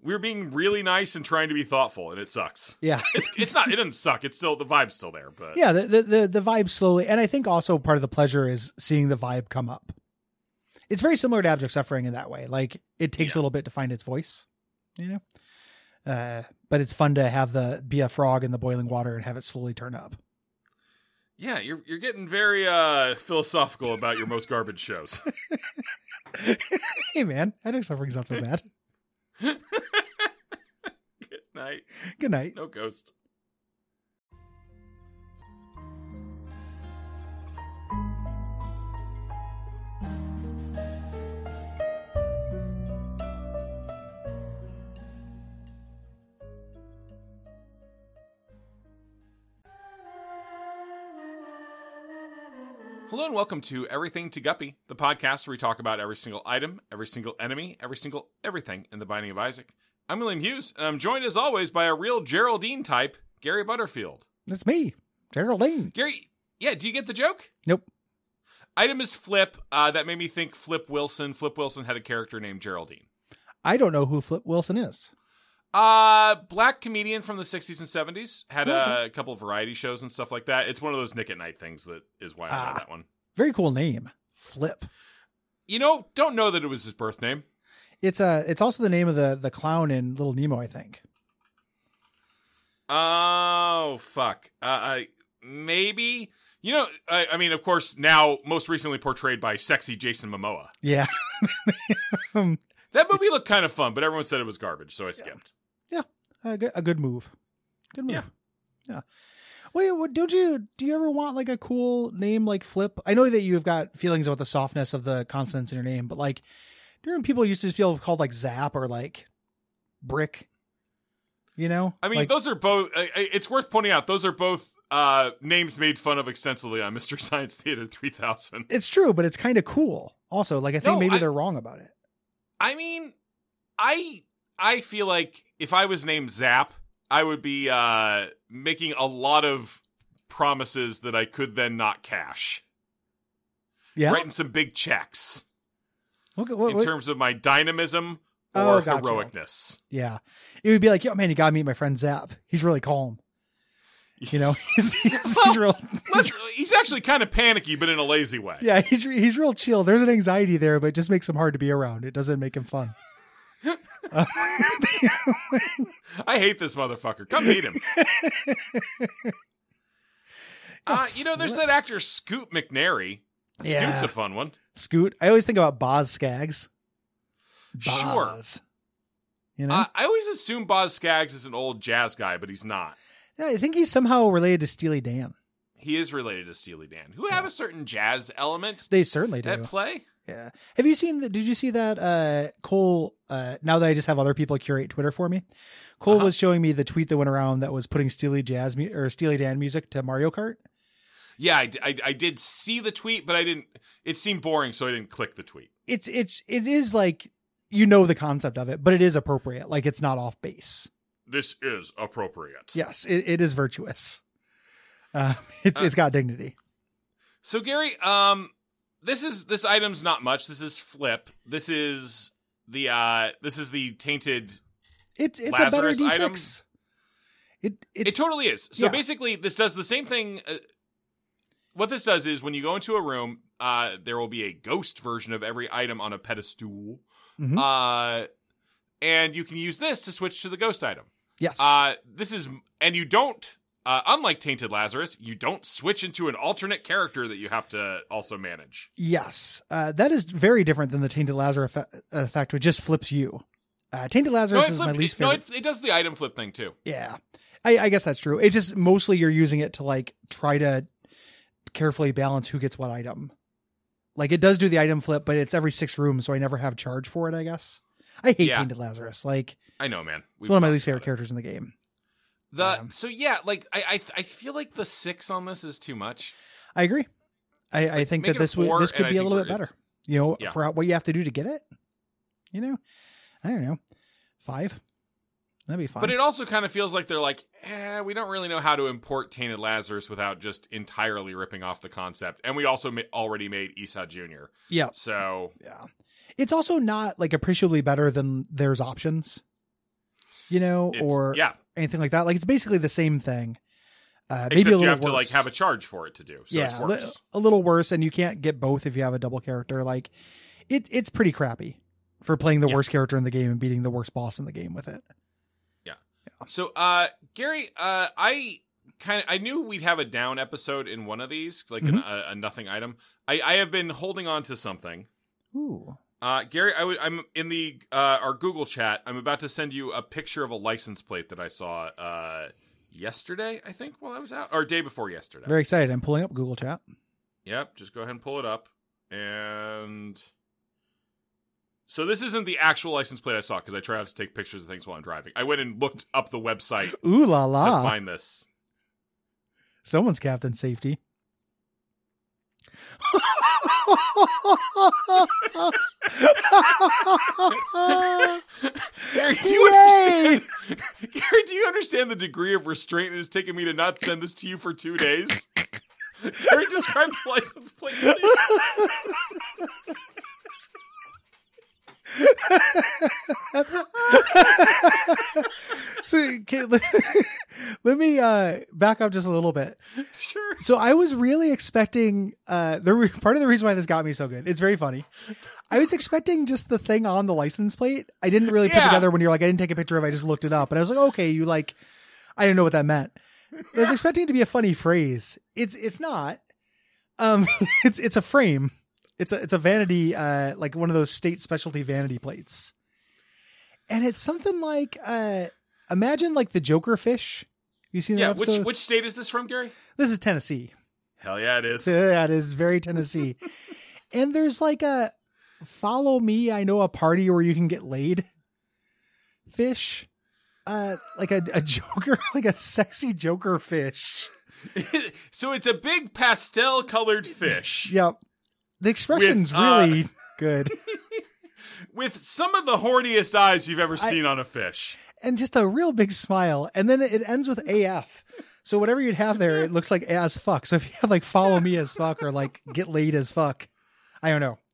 S1: We were being really nice and trying to be thoughtful, and it sucks.
S2: Yeah.
S1: It's, it's not. It doesn't suck. It's still the vibe's still there, but
S2: Yeah, the, the, the, the vibe slowly. And I think also part of the pleasure is seeing the vibe come up. It's very similar to Abject Suffering in that way. Like, it takes
S1: Yeah.
S2: a little bit to find its voice, you know? Uh, but it's fun to have the be a frog in the boiling water and have it slowly turn up.
S1: yeah, you're you're getting very uh, philosophical about your most garbage shows.
S2: Hey, man, Abject Suffering's not so bad.
S1: Good night.
S2: Good night.
S1: No ghost. Hello and welcome to Everything to Guppy, the podcast where we talk about every single item, every single enemy, every single everything in the Binding of Isaac. I'm William Hughes, and I'm joined as always by a real Geraldine type, Gary Butterfield.
S2: That's me, Geraldine.
S1: Gary, yeah, do you get the joke?
S2: Nope.
S1: Item is Flip. Uh, that made me think Flip Wilson. Flip Wilson had a character named Geraldine.
S2: I don't know who Flip Wilson is.
S1: Uh, black comedian from the 60s and 70s. Had
S2: Mm-hmm.
S1: a couple of variety shows and stuff like that. It's one of those Nick at Night things that is why I
S2: Ah.
S1: know that one.
S2: Very cool name, Flip.
S1: You know, don't know that it was his birth name.
S2: It's uh It's also the name of the the clown in Little Nemo, I think.
S1: Oh fuck. Uh, I maybe you know. I, I mean, of course, now most recently portrayed by sexy Jason Momoa.
S2: Yeah. um,
S1: That movie looked kind of fun, but everyone said it was garbage, so I skipped.
S2: a, good, a good move. Good move.
S1: Yeah.
S2: Yeah. Wait, what, don't you do you ever want like a cool name like Flip? I know that you've got feelings about the softness of the consonants in your name, but like, do you remember people used to feel called like Zap or like Brick? You know,
S1: I mean,
S2: Like-
S1: those are both. I, I- it's worth pointing out those are both uh, names made fun of extensively on Mystery Science Theater three thousand.
S2: it's true, but it's kind of cool. Also, like I think
S1: No,
S2: maybe
S1: I-
S2: they're wrong about it.
S1: I mean, I I feel like if I was named Zap, I would be uh, making a lot of promises that I could then not cash.
S2: Yeah.
S1: Writing some big checks
S2: Look at what,
S1: in
S2: what-
S1: terms of my dynamism
S2: Oh,
S1: or
S2: gotcha.
S1: heroicness.
S2: yeah. It would be like, yo, man, you gotta meet my friend Zap. He's really calm. You know, he's, he's, he's real.
S1: Let's, he's actually kind of panicky, but in a lazy way.
S2: Yeah, he's re- he's real chill. There's an anxiety there, but it just makes him hard to be around. It doesn't make him fun. Uh,
S1: I hate this motherfucker. Come meet him. uh, you know, there's that actor Scoot McNairy.
S2: Yeah.
S1: Scoot's a fun one.
S2: Scoot. I always think about Boz Skaggs.
S1: Sure.
S2: Boz. You know,
S1: Uh, I always assume Boz Scaggs is an old jazz guy, but he's not.
S2: Yeah, I think he's somehow related to Steely Dan.
S1: He is related to Steely Dan, who have a certain jazz element
S2: They certainly do.
S1: at play.
S2: yeah. Have you seen the? Did you see that? Uh, Cole. Uh, now that I just have other people curate Twitter for me, Cole
S1: Uh-huh.
S2: was showing me the tweet that went around that was putting Steely Jazz mu- or Steely Dan music to Mario Kart.
S1: Yeah, I, d- I- I did see the tweet, but I didn't. It seemed boring, so I didn't click the tweet.
S2: It's it's it is like you know the concept of it, but it is appropriate. Like it's not off base.
S1: This is appropriate.
S2: Yes, it, it is virtuous. Um, it's
S1: Uh,
S2: it's got dignity.
S1: So Gary, um, this is this item's not much. This is flip. This is the uh, this is the tainted.
S2: It's it's a better
S1: Lazarus
S2: D6.
S1: item?
S2: It it's
S1: it totally is. So
S2: yeah.
S1: basically, this does the same thing. Uh, what this does is when you go into a room, uh, there will be a ghost version of every item on a pedestal.
S2: Mhm.
S1: Uh, and you can use this to switch to the ghost item.
S2: yes.
S1: Uh, this is, and you don't, uh, unlike Tainted Lazarus, you don't switch into an alternate character that you have to also manage.
S2: Yes, uh, that is very different than the Tainted Lazarus effe- effect, which just flips you. Uh, Tainted Lazarus
S1: it
S2: is my
S1: flipped-
S2: least
S1: it- no,
S2: favorite.
S1: it, it does the item flip thing too.
S2: yeah, I, I guess that's true. It's just mostly you're using it to like try to carefully balance who gets what item. Like it does do the item flip, but it's every six rooms, so I never have charge for it. I guess I hate
S1: Yeah.
S2: Tainted Lazarus. Like
S1: I know, man.
S2: it's
S1: We've
S2: one of my
S1: talked
S2: least favorite
S1: about
S2: characters in the game.
S1: it. The
S2: Um,
S1: so yeah, like I, I I feel like the six on this is too much.
S2: I agree. I, I
S1: Like,
S2: think
S1: make it
S2: that
S1: a
S2: this would
S1: four,
S2: this
S1: and
S2: could
S1: I
S2: be a
S1: think
S2: little bit
S1: we're-
S2: better. You know,
S1: Yeah.
S2: for what you have to do to get it. You know, I don't know, five. That'd be fine.
S1: But it also kind of feels like they're like, eh, we don't really know how to import Tainted Lazarus without just entirely ripping off the concept. And we also ma- already made Esau Junior.
S2: yeah,
S1: So
S2: yeah. It's also not like appreciably better than there's options. You know,
S1: it's,
S2: or
S1: yeah,
S2: anything like that. Like it's basically the same thing. Uh, maybe
S1: except
S2: a little
S1: you have
S2: worse.
S1: to like have a charge for it to do. So it's
S2: yeah, li-
S1: worse.
S2: a little worse, and you can't get both if you have a double character. Like, it it's pretty crappy for playing the
S1: Yeah.
S2: worst character in the game and beating the worst boss in the game with it.
S1: So, uh, Gary, uh, I kind of I knew we'd have a down episode in one of these, like an, a, a nothing item. I, I have been holding on to something.
S2: Ooh,
S1: Uh, Gary, I would, I'm in the uh, our Google chat. I'm about to send you a picture of a license plate that I saw uh, yesterday. I think while I was out, or day before yesterday.
S2: very excited. I'm pulling up Google Chat.
S1: Yep, just go ahead and pull it up. And so this isn't the actual license plate I saw because I try not to take pictures of things while I'm driving. I went and looked up the website
S2: Ooh la
S1: to
S2: la!
S1: find this.
S2: Someone's captain safety.
S1: Gary, do you
S2: Yay!
S1: understand? Gary, do you understand the degree of restraint it has taken me to not send this to you for two days? Gary, describe the license plate. please.
S2: That's so. Can, let, me uh, back up just a little bit.
S1: Sure.
S2: So I was really expecting uh, the re- part of the reason why this got me so good. It's very funny. I was expecting just the thing on the license plate. I didn't really put
S1: Yeah.
S2: together when you're like, I didn't take a picture of. it, I just looked it up, and I was like, okay, you like, I didn't know what that meant. I was expecting it to be a funny phrase. It's it's not. Um, it's it's a frame. It's a it's a vanity, uh, like one of those state specialty vanity plates, and it's something like uh, imagine like the Joker fish. You seen that
S1: Yeah.
S2: episode?
S1: Which which state is this from, Gary?
S2: this is Tennessee.
S1: Hell yeah, it is.
S2: That is very Tennessee. and there's like a follow me, I know a party where you can get laid fish. Uh like a, a joker, like a sexy joker fish.
S1: so it's a big pastel colored fish
S2: Yep. The expression's
S1: With, uh,
S2: really good.
S1: with some of the horniest eyes you've ever
S2: I-
S1: seen on a fish.
S2: and just a real big smile. And then it ends with AF. So whatever you'd have there, it looks like as fuck. So if you have like follow me as fuck or like get laid as fuck, I don't know.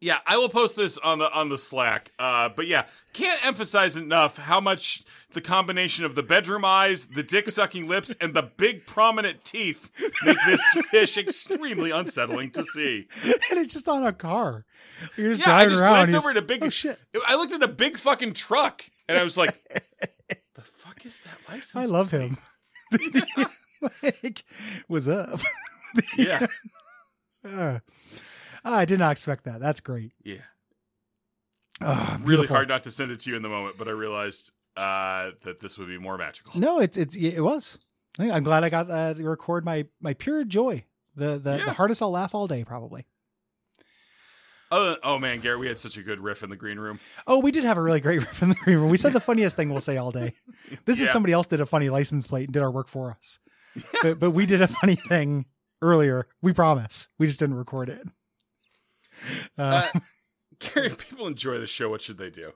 S1: Yeah, I will post this on the on the Slack. Uh, but yeah, can't emphasize enough how much the combination of the bedroom eyes, the dick sucking lips, and the big prominent teeth make this fish extremely unsettling to see.
S2: And it's just on a car. You're just
S1: Yeah, I
S2: driving
S1: just
S2: around.
S1: glanced
S2: and
S1: over at
S2: you're
S1: a big.
S2: Oh shit!
S1: I looked at a big fucking truck, and I was like, "The fuck is that license?"
S2: I love him. like, what's up?
S1: Yeah,
S2: Uh, I did not expect that. That's great.
S1: yeah.
S2: Ah,
S1: Really
S2: beautiful.
S1: hard not to send it to you in the moment, but I realized uh, that this would be more magical.
S2: No, it's it's it was. I- I'm glad I got uh, to record my my pure joy. The the,
S1: Yeah.
S2: the hardest I'll laugh all day probably.
S1: Oh, oh man, Gary, we had such a good riff in the green room.
S2: Oh, we did have a really great riff in the green room. We said the funniest thing we'll say all day. This is
S1: Yeah.
S2: somebody else did a funny license plate and did our work for us. But, but we did a funny thing earlier. We promise. We just didn't record it. Uh,
S1: Uh, Gary, if people enjoy the show. What should they do?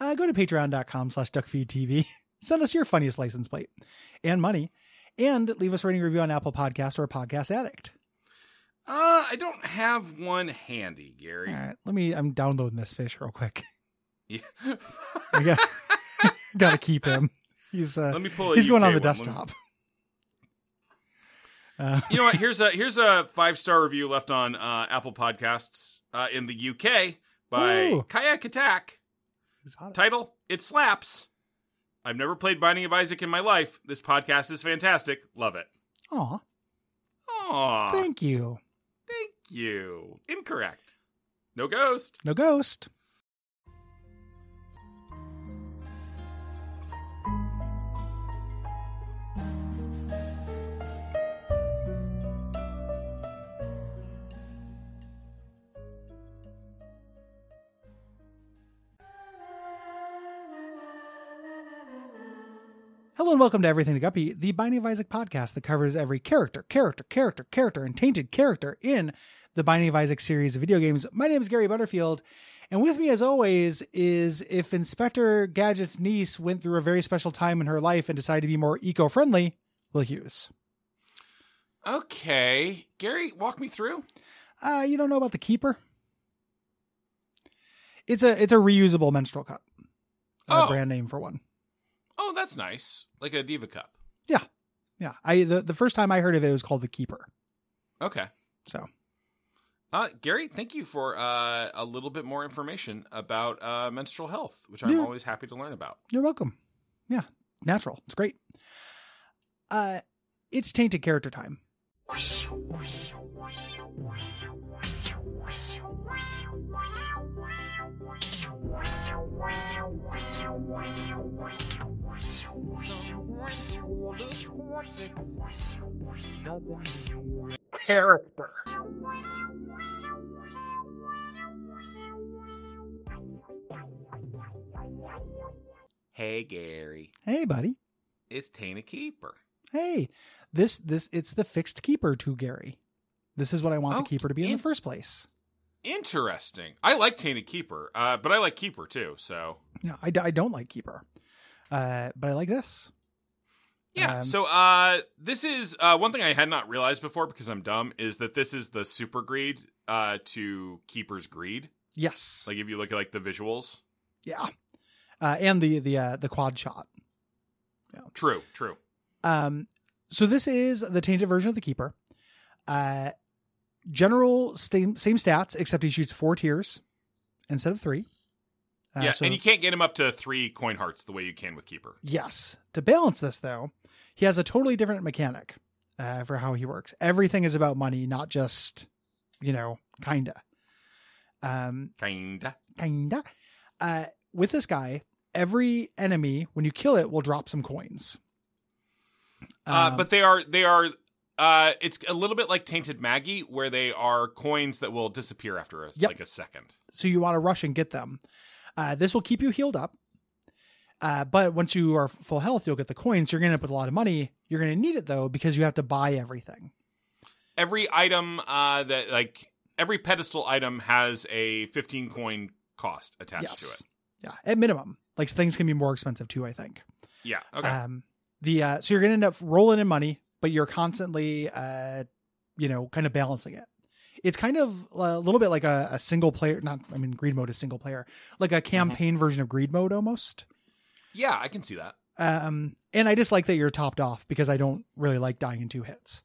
S2: uh, go to patreon.com slash duckfeedtv. Send us your funniest license plate and money. And leave us a rating review on Apple Podcast or Podcast Addict.
S1: Uh, I don't have one handy, Gary.
S2: All right, let me. I'm downloading this fish real quick.
S1: Yeah.
S2: I got, gotta keep him. He's uh,
S1: Let me pull. A
S2: he's going
S1: UK
S2: on the
S1: one. Let me-
S2: desktop. Uh,
S1: you know what? Here's a here's a five star review left on uh, Apple Podcasts uh, in the UK by
S2: Ooh.
S1: Kayak Attack.
S2: exotic.
S1: Title: It slaps. I've never played Binding of Isaac in my life. This podcast is fantastic. Love it.
S2: Aw,
S1: Aw, thank
S2: thank you.
S1: you. Incorrect. No ghost.
S2: No ghost. Hello and welcome to Everything to Guppy, the Binding of Isaac podcast that covers every character, character, character, character, and tainted character in the Binding of Isaac series of video games. My name is Gary Butterfield, and with me, as always, is if Inspector Gadget's niece went through a very special time in her life and decided to be more eco friendly, Will Hughes.
S1: Okay, Gary, walk me through.
S2: Uh, you don't know about the keeper? It's a it's a reusable menstrual cup. Uh,
S1: Oh.
S2: brand name for one.
S1: Oh, that's nice. Like a diva cup.
S2: Yeah. I the, the first time I heard of it, it was called the keeper.
S1: Okay.
S2: So
S1: Uh, Gary, thank you for uh, a little bit more information about uh, menstrual health, which I'm
S2: Yeah.
S1: always happy to learn about.
S2: You're welcome. Yeah, natural. It's great. Uh, it's tainted character time. Character.
S1: Hey, Gary,
S2: Hey, buddy.
S1: it's Tina Keeper.
S2: Hey, this this it's the fixed keeper to Gary. This is what I want
S1: Oh,
S2: the keeper to be in
S1: in-
S2: the first place.
S1: Interesting. I like Tina Keeper, uh, but I like Keeper too. So
S2: Yeah, I, d- I don't like keeper, uh, but I like this.
S1: yeah.
S2: Um,
S1: so uh, this is uh, one thing I had not realized before because I'm dumb is that this is the super greed uh, to Keeper's greed.
S2: Yes.
S1: Like if you look at like the visuals.
S2: yeah. Uh, and the the uh, the quad shot.
S1: True. True.
S2: Um, so this is the tainted version of the keeper. Uh, general same, same stats, except he shoots four tiers instead of three. Uh,
S1: yeah,
S2: so-
S1: and you can't get him up to three coin hearts the way you can with Keeper.
S2: yes. To balance this, though, he has a totally different mechanic uh, for how he works. Everything is about money, not just you know, kinda. Um,
S1: Kinda.
S2: kinda. Uh, with this guy, every enemy when you kill it will drop some coins.
S1: Uh,
S2: Um,
S1: but they are they are uh it's a little bit like tainted maggie where they are coins that will disappear after a,
S2: Yep.
S1: like a second
S2: so you want to rush and get them. Uh, this will keep you healed up. Uh, but once you are full health, you'll get the coins. You're going to end up with a lot of money. You're going to need it though because you have to buy everything.
S1: every item uh that like every pedestal item has a 15 coin cost attached to it
S2: Yeah, at minimum. Like things can be more expensive too, I think.
S1: Yeah. Okay.
S2: Um, the uh, so you're gonna end up rolling in money, but you're constantly, uh, you know, kind of balancing it. It's kind of a little bit like a, a single player. Not, I mean, greed mode is single player, like
S1: Mm-hmm.
S2: a campaign version of greed mode almost.
S1: yeah, I can see that.
S2: Um, and I just like that you're topped off because I don't really like dying in two hits.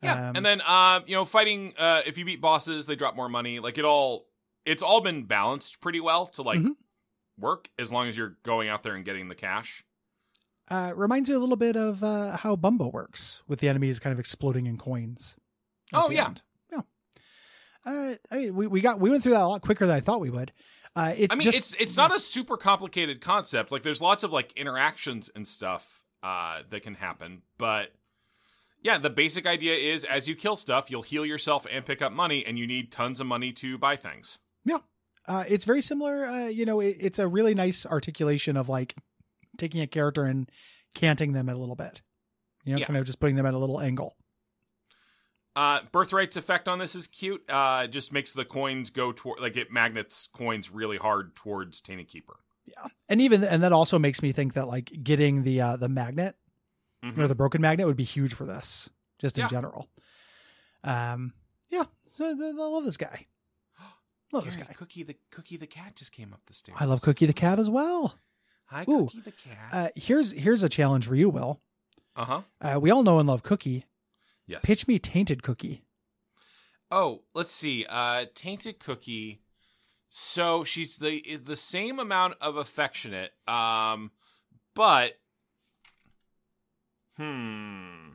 S1: Yeah,
S2: Um,
S1: and then uh, you know, fighting. Uh, if you beat bosses, they drop more money. Like it all, it's all been balanced pretty well to like
S2: Mhm.
S1: work as long as you're going out there and getting the cash.
S2: uh, reminds me a little bit of uh, how Bumbo works with the enemies kind of exploding in coins. at
S1: Oh,
S2: the
S1: yeah.
S2: end. yeah. Uh, I mean, we we got we went through that a lot quicker than I thought we would. Uh, it's
S1: I mean,
S2: just
S1: it's it's not a super complicated concept. Like there's lots of like interactions and stuff uh, that can happen, but yeah, the basic idea is as you kill stuff, you'll heal yourself and pick up money, and you need tons of money to buy things.
S2: uh, it's very similar. Uh, you know, it, it's a really nice articulation of like taking a character and canting them a little bit. You know,
S1: Yeah.
S2: kind of just putting them at a little angle.
S1: Uh, birthright's effect on this is cute. Uh, it just makes the coins go toward like it magnets coins really hard towards Tana Keeper.
S2: And even and that also makes me think that like getting the uh, the magnet
S1: Mhm.
S2: or the broken magnet would be huge for this, just in
S1: Yeah.
S2: general. Um, yeah, so th- th- I love this guy. Love Oh, this
S1: Gary,
S2: guy.
S1: Cookie the Cookie the cat just came up the stairs.
S2: I love Cookie the cat as well.
S1: Hi,
S2: Ooh.
S1: Cookie the cat.
S2: Uh, here's here's a challenge for you, Will.
S1: Uh huh.
S2: Uh, we all know and love Cookie.
S1: Yes.
S2: Pitch me tainted Cookie.
S1: Oh, let's see. Uh, Tainted Cookie. So she's the is the same amount of affectionate, um, but hmm.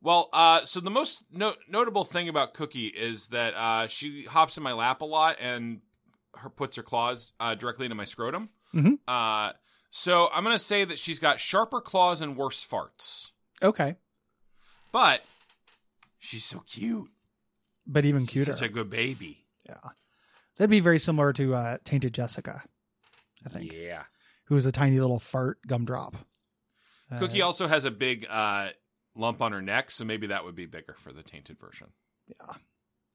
S1: Well, uh, so the most no- notable thing about Cookie is that uh, she hops in my lap a lot and her puts her claws uh, directly into my scrotum.
S2: Mhm.
S1: Uh, so I'm gonna say that she's got sharper claws and worse farts,
S2: Okay,
S1: but she's so cute.
S2: but even
S1: She's
S2: cuter.
S1: such a good baby.
S2: That'd be very similar to uh, Tainted Jessica, I think,
S1: Yeah.
S2: who was a tiny little fart gumdrop. Uh,
S1: Cookie also has a big uh, lump on her neck, so maybe that would be bigger for the tainted version.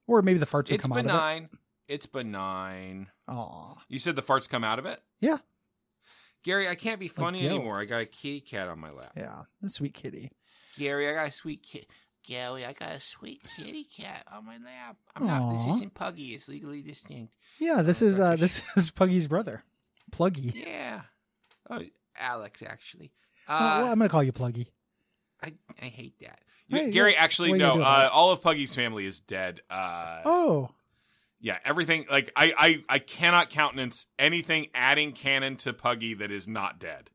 S2: or maybe the farts would
S1: It's
S2: come out
S1: benign. It's benign.
S2: of it. Aw.
S1: You said the farts come out of it?
S2: Yeah.
S1: Gary, I can't be funny
S2: yo.
S1: anymore. I got a kitty cat on my lap.
S2: Yeah, the sweet kitty.
S1: Gary, I got a sweet kid. Gary, I got a sweet kitty cat on my lap. I'm not.
S2: Aw.
S1: This isn't Puggy. It's legally distinct.
S2: Yeah, this
S1: Oh,
S2: is uh,
S1: gosh.
S2: this is Puggy's brother, Pluggy.
S1: Yeah. Oh, Alex, actually.
S2: Uh, well, I'm gonna call you Pluggy.
S1: I, I hate that.
S2: Hey,
S1: Gary,
S2: look,
S1: actually,
S2: what are you
S1: no.
S2: gonna do about
S1: Uh,
S2: it?
S1: all of Puggy's family is dead. Uh,
S2: Oh,
S1: Yeah, everything like I I I cannot countenance anything adding canon to Puggy that is not dead.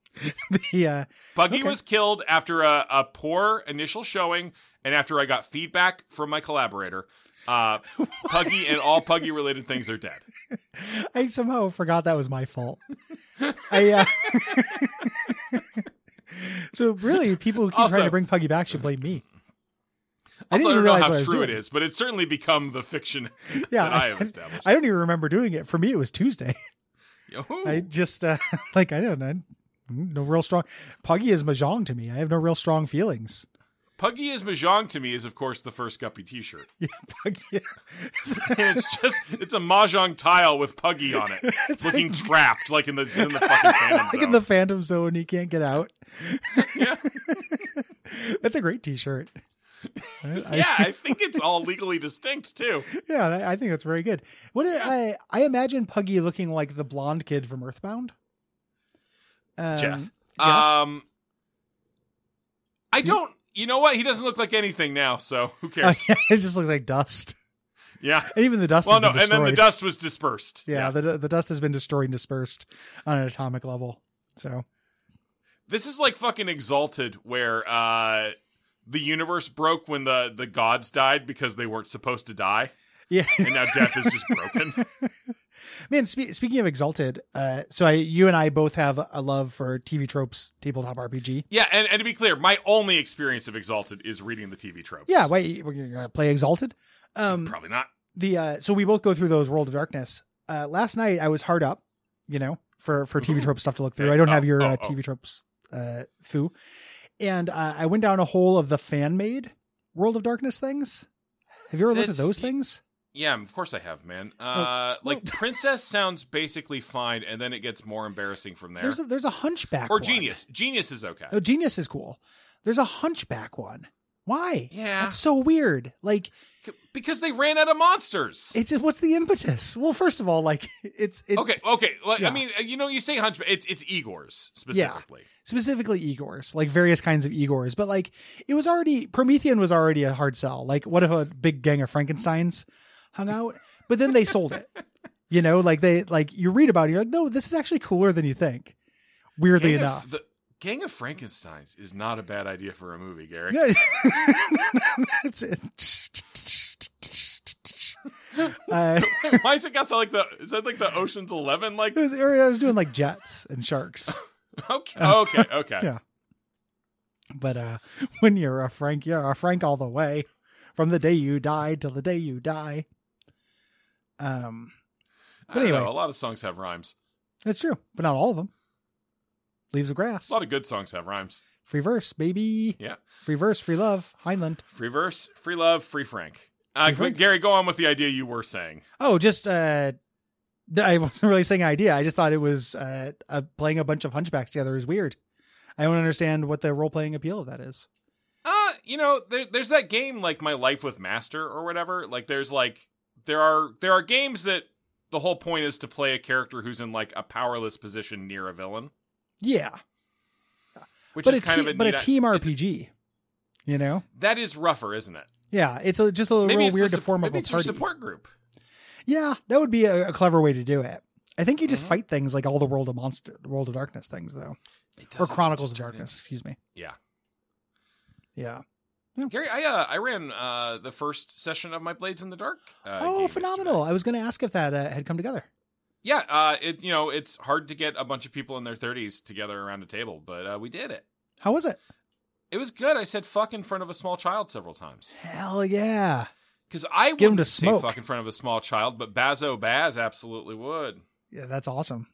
S2: the uh,
S1: Puggy
S2: Okay.
S1: was killed after a, a poor initial showing and after I got feedback from my collaborator. Uh, Puggy and all Puggy related things are dead.
S2: I somehow forgot that was my fault. I uh, so really, people who keep
S1: Also-
S2: trying to bring Puggy back should blame me.
S1: Also,
S2: I didn't
S1: I,
S2: even
S1: don't know
S2: realize
S1: how
S2: what I was
S1: true it
S2: doing.
S1: is, but it's certainly become the fiction
S2: Yeah,
S1: that I have
S2: I-
S1: established.
S2: I don't even remember doing it. For me, it was Tuesday.
S1: Yo-hoo.
S2: I just uh, like I don't know. No real strong. Puggy is mahjong to me. I have no real strong feelings.
S1: Puggy is Mahjong to me is of course the first Guppy T-shirt,
S2: Yeah, Puggy.
S1: and it's just it's a Mahjong tile with Puggy on it,
S2: It's
S1: looking
S2: like-
S1: trapped like in the in the fucking canon
S2: like
S1: zone.
S2: in the Phantom Zone, you can't get out.
S1: Yeah.
S2: That's a great T-shirt. I- I-
S1: yeah, I think it's all legally distinct too.
S2: yeah, I- I think that's very good. What did I I imagine Puggy looking like the blonde kid from Earthbound. Um,
S1: Jeff. Um, I don't. You know what? He doesn't look like anything now, so who
S2: Uh,
S1: cares?
S2: yeah, it just looks like dust,
S1: yeah.
S2: and even the dust.
S1: Well,
S2: has
S1: no,
S2: been
S1: and then the
S2: destroyed.
S1: dust was dispersed.
S2: Yeah, the the dust has been destroyed and dispersed on an atomic level. So
S1: This is like fucking Exalted, where uh, the universe broke when the the gods died because they weren't supposed to die,
S2: yeah,
S1: and now death is just broken.
S2: man. Spe- speaking of Exalted, uh, so I, you and I both have a love for TV tropes, tabletop RPG.
S1: Yeah, and, and to be clear, my only experience of Exalted is reading the TV tropes.
S2: Yeah, wait, we're gonna play Exalted. Um,
S1: probably not.
S2: the uh so we both go through those world of darkness uh last night i was hard up you know for for tv
S1: Mhm.
S2: trope stuff to look through
S1: Okay.
S2: i don't have
S1: Oh,
S2: your
S1: oh,
S2: uh,
S1: oh.
S2: tv tropes uh foo and uh, i went down a hole of the fan made world of darkness things have you ever looked at
S1: That's-
S2: those things
S1: Yeah, of course I have, man.
S2: Oh,
S1: Uh,
S2: well-
S1: like princess sounds basically fine, and then it gets more embarrassing from there.
S2: There's a, there's a hunchback
S1: or
S2: one.
S1: genius. Genius is okay.
S2: No, genius is cool. There's a hunchback one. Why?
S1: Yeah.
S2: That's so weird. Like
S1: C- because they ran out of monsters.
S2: it's what's the impetus? Well, first of all, like it's it's
S1: okay, okay. Like,
S2: yeah.
S1: I mean, uh, you know, you say hunchback. It's it's Igor's specifically.
S2: specifically Igors, like various kinds of Igors, but like it was already Promethean was already a hard sell. Like what if a big gang of Frankenstein's hung out? But then they sold it. You know, like they like you read about it, you're like, no, this is actually cooler than you think. Weirdly
S1: Gang of-
S2: enough.
S1: the Gang of Frankenstein's is not a bad idea for a movie, Gary.
S2: Yeah. it's uh,
S1: Why has it got the like the is that like the Ocean's Eleven like
S2: it was, I was doing like jets and sharks.
S1: okay okay okay
S2: Yeah. But uh when you're a Frank, you're a Frank all the way. From the day you die till the day you die. Um
S1: I
S2: But
S1: don't know,
S2: anyway.
S1: a lot of songs have rhymes.
S2: that's true, but not all of them. Leaves of grass.
S1: A lot of good songs have rhymes.
S2: free verse, baby.
S1: Yeah.
S2: Free verse, free love, Heinlein.
S1: Free verse, free love, free Frank. Uh,
S2: Free Frank.
S1: but Gary, go on with the idea you were saying.
S2: Oh, just uh th- I wasn't really saying an idea. I just thought it was uh, uh playing a bunch of hunchbacks together is weird. I don't understand what the role playing appeal of that is.
S1: Uh, you know, there, there's that game like My Life with Master or whatever. Like, there's like there are there are games that the whole point is to play a character who's in like a powerless position near a villain,
S2: Yeah.
S1: which
S2: But
S1: is
S2: a,
S1: kind
S2: te-
S1: of a
S2: but a
S1: neat-
S2: team RPG. You know?
S1: that is rougher, isn't it?
S2: Yeah, it's a, just a little
S1: Maybe
S2: real
S1: it's
S2: weird
S1: the,
S2: to
S1: sup-
S2: form up
S1: maybe
S2: a
S1: it's your
S2: party.
S1: support group.
S2: Yeah, that would be a, a clever way to do it. I think you just
S1: Mhm.
S2: fight things like all the World of Monster, World of Darkness things, though,
S1: It
S2: or
S1: doesn't
S2: Chronicles of
S1: just turn
S2: Darkness. Excuse me.
S1: Yeah.
S2: Yeah.
S1: Gary, I uh, I ran uh, the first session of my Blades in the Dark. Uh, game
S2: oh,
S1: yesterday.
S2: phenomenal! I was going to ask if that uh, had come together.
S1: Yeah, uh, it you know it's hard to get a bunch of people in their 30s together around a table, but uh, we did it.
S2: How was it?
S1: It was good. I said fuck in front of a small child several times
S2: Hell yeah!
S1: because I
S2: Get 'em
S1: wouldn't
S2: to
S1: say
S2: smoke.
S1: fuck in front of a small child, but Bazo Baz absolutely would.
S2: Yeah, that's awesome.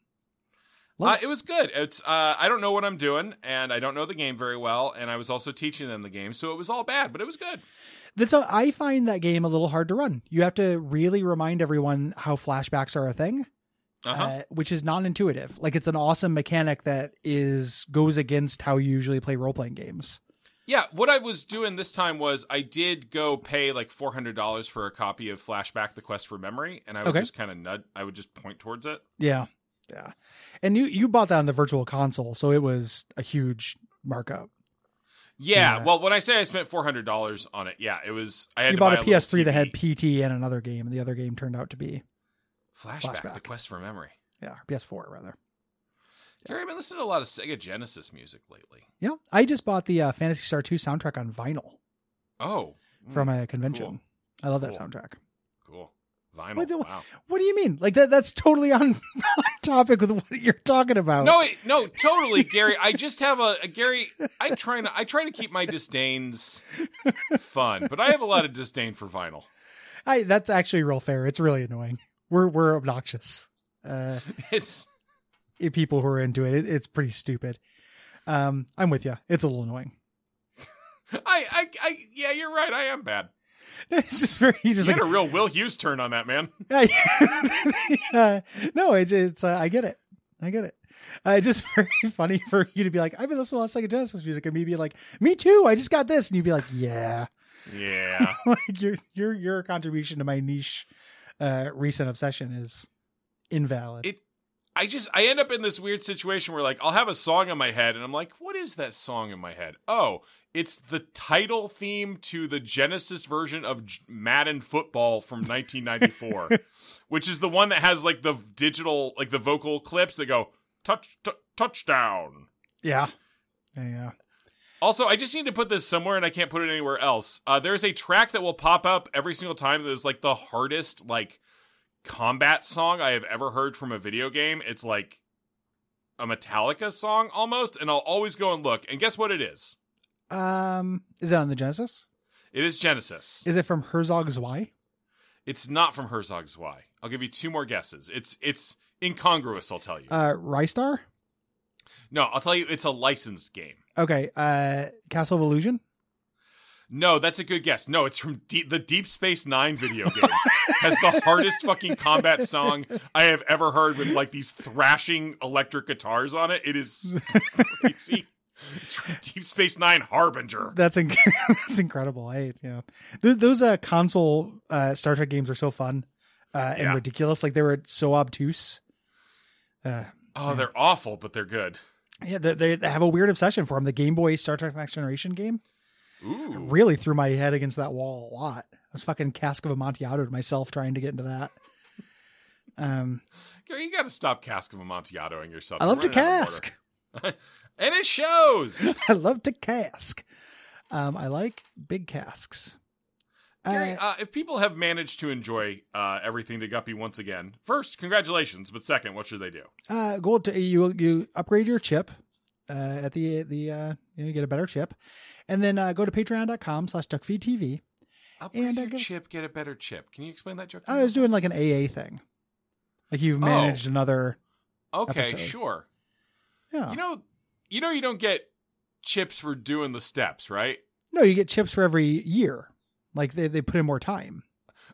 S2: Love
S1: Uh, it was good. It's uh, I don't know what I'm doing, and I don't know the game very well, and I was also teaching them the game, so it was all bad, but it was good.
S2: That's a, I find that game a little hard to run. You have to really remind everyone how flashbacks are a thing.
S1: Uh-huh.
S2: uh, which is non-intuitive. Like it's an awesome mechanic that is goes against how you usually play role-playing games.
S1: Yeah, what I was doing this time was I did go pay like four hundred dollars for a copy of Flashback: The Quest for Memory, and I would
S2: Okay.
S1: just kind of nud. I would just point towards it.
S2: Yeah, yeah. And you you bought that on the virtual console, so it was a huge markup.
S1: Yeah,
S2: Yeah.
S1: well, when I say I spent four hundred dollars on it, yeah, it was. I had
S2: You
S1: to
S2: bought
S1: buy
S2: a
S1: little
S2: PS3 that had
S1: TV.
S2: PT and another game, and the other game turned out to be
S1: Flashback, The
S2: Flashback.
S1: Quest for Memory.
S2: yeah or PS4 rather.
S1: Gary, I've been listening to a lot of Sega Genesis music lately.
S2: Yeah, I just bought the uh, Fantasy Star 2 soundtrack on vinyl
S1: Oh, mm,
S2: from a convention. I love that
S1: Cool.
S2: soundtrack.
S1: cool vinyl.
S2: Wait, the-
S1: wow.
S2: What do you mean? Like that? That's totally on, on topic with what you're talking about.
S1: No, it- no, totally, Gary. I just have a, a Gary. I try to I try to keep my disdains fun, but I have a lot of disdain for vinyl.
S2: I, that's actually real fair. It's really annoying. We're we're obnoxious. Uh,
S1: It's
S2: i- people who are into it, it it's pretty stupid. Um, I'm with you. It's a little annoying.
S1: I, I, I, yeah, you're right. I am bad.
S2: It's just very you
S1: You
S2: just
S1: had
S2: like
S1: a real Will Hughes turn on that man.
S2: uh, no, it's it's uh, I get it. I get it. Uh, it's just very funny for you to be like, I've been listening to a lot of Sega Genesis music, and me be like, me too. I just got this, and you'd be like, yeah,
S1: Yeah,
S2: like your your your contribution to my niche uh, recent obsession is invalid.
S1: It- I just I end up in this weird situation where like I'll have a song in my head and I'm like, what is that song in my head? Oh, it's the title theme to the Genesis version of J- Madden Football from 1994, which is the one that has like the digital like the vocal clips that go touch t- touchdown.
S2: yeah, yeah.
S1: Also, I just need to put this somewhere and I can't put it anywhere else. Uh, there's a track that will pop up every single time that is like the hardest like combat song I have ever heard from a video game. It's like a Metallica song almost, and I'll always go and look. And guess what it is?
S2: Um, is that on the Genesis?
S1: It is Genesis.
S2: Is it from Herzog's Y?
S1: It's not from Herzog's Y. I'll give you two more guesses. It's it's incongruous, I'll tell you.
S2: Uh, Rystar?
S1: no, I'll tell you it's a licensed game.
S2: Okay. Uh, Castle of Illusion?
S1: No, that's a good guess. No, it's from D- the Deep Space Nine video game. has the hardest fucking combat song I have ever heard with like these thrashing electric guitars on it. It is crazy. It's from Deep Space Nine Harbinger.
S2: That's inc- that's incredible. I yeah, Th- those uh, console uh, Star Trek games are so fun uh, and
S1: Yeah.
S2: ridiculous. Like they were so obtuse. Uh,
S1: Oh, they're awful, but they're good.
S2: yeah, they, they- they have a weird obsession for them. The Game Boy Star Trek Next Generation game
S1: Ooh.
S2: really threw my head against that wall a lot. I was fucking cask of Amontillado to myself trying to get into that. Um,
S1: Gary, You got to stop cask of amontillado-ing yourself.
S2: I love to
S1: You're running out of water.
S2: cask.
S1: And it shows.
S2: I love to cask. Um, I like big casks.
S1: Gary,
S2: Uh,
S1: uh, if people have managed to enjoy uh, everything to Guppy once again, first, congratulations. But second, what should they do?
S2: Uh, go to you you upgrade your chip uh, at the the uh, you, know, you get a better chip, and then uh, go to patreon.com slash duckfeedtv.
S1: Upgrade
S2: And I
S1: your
S2: guess-
S1: chip, get a better chip. Can you explain that joke? to me
S2: I was
S1: real
S2: doing
S1: fast?
S2: like an AA thing, like
S1: Oh.
S2: you've managed another.
S1: okay,
S2: episode. Oh.
S1: sure.
S2: Yeah.
S1: You know, you know, you don't get chips for doing the steps, right?
S2: no, you get chips for every year. Like they, they put in more time.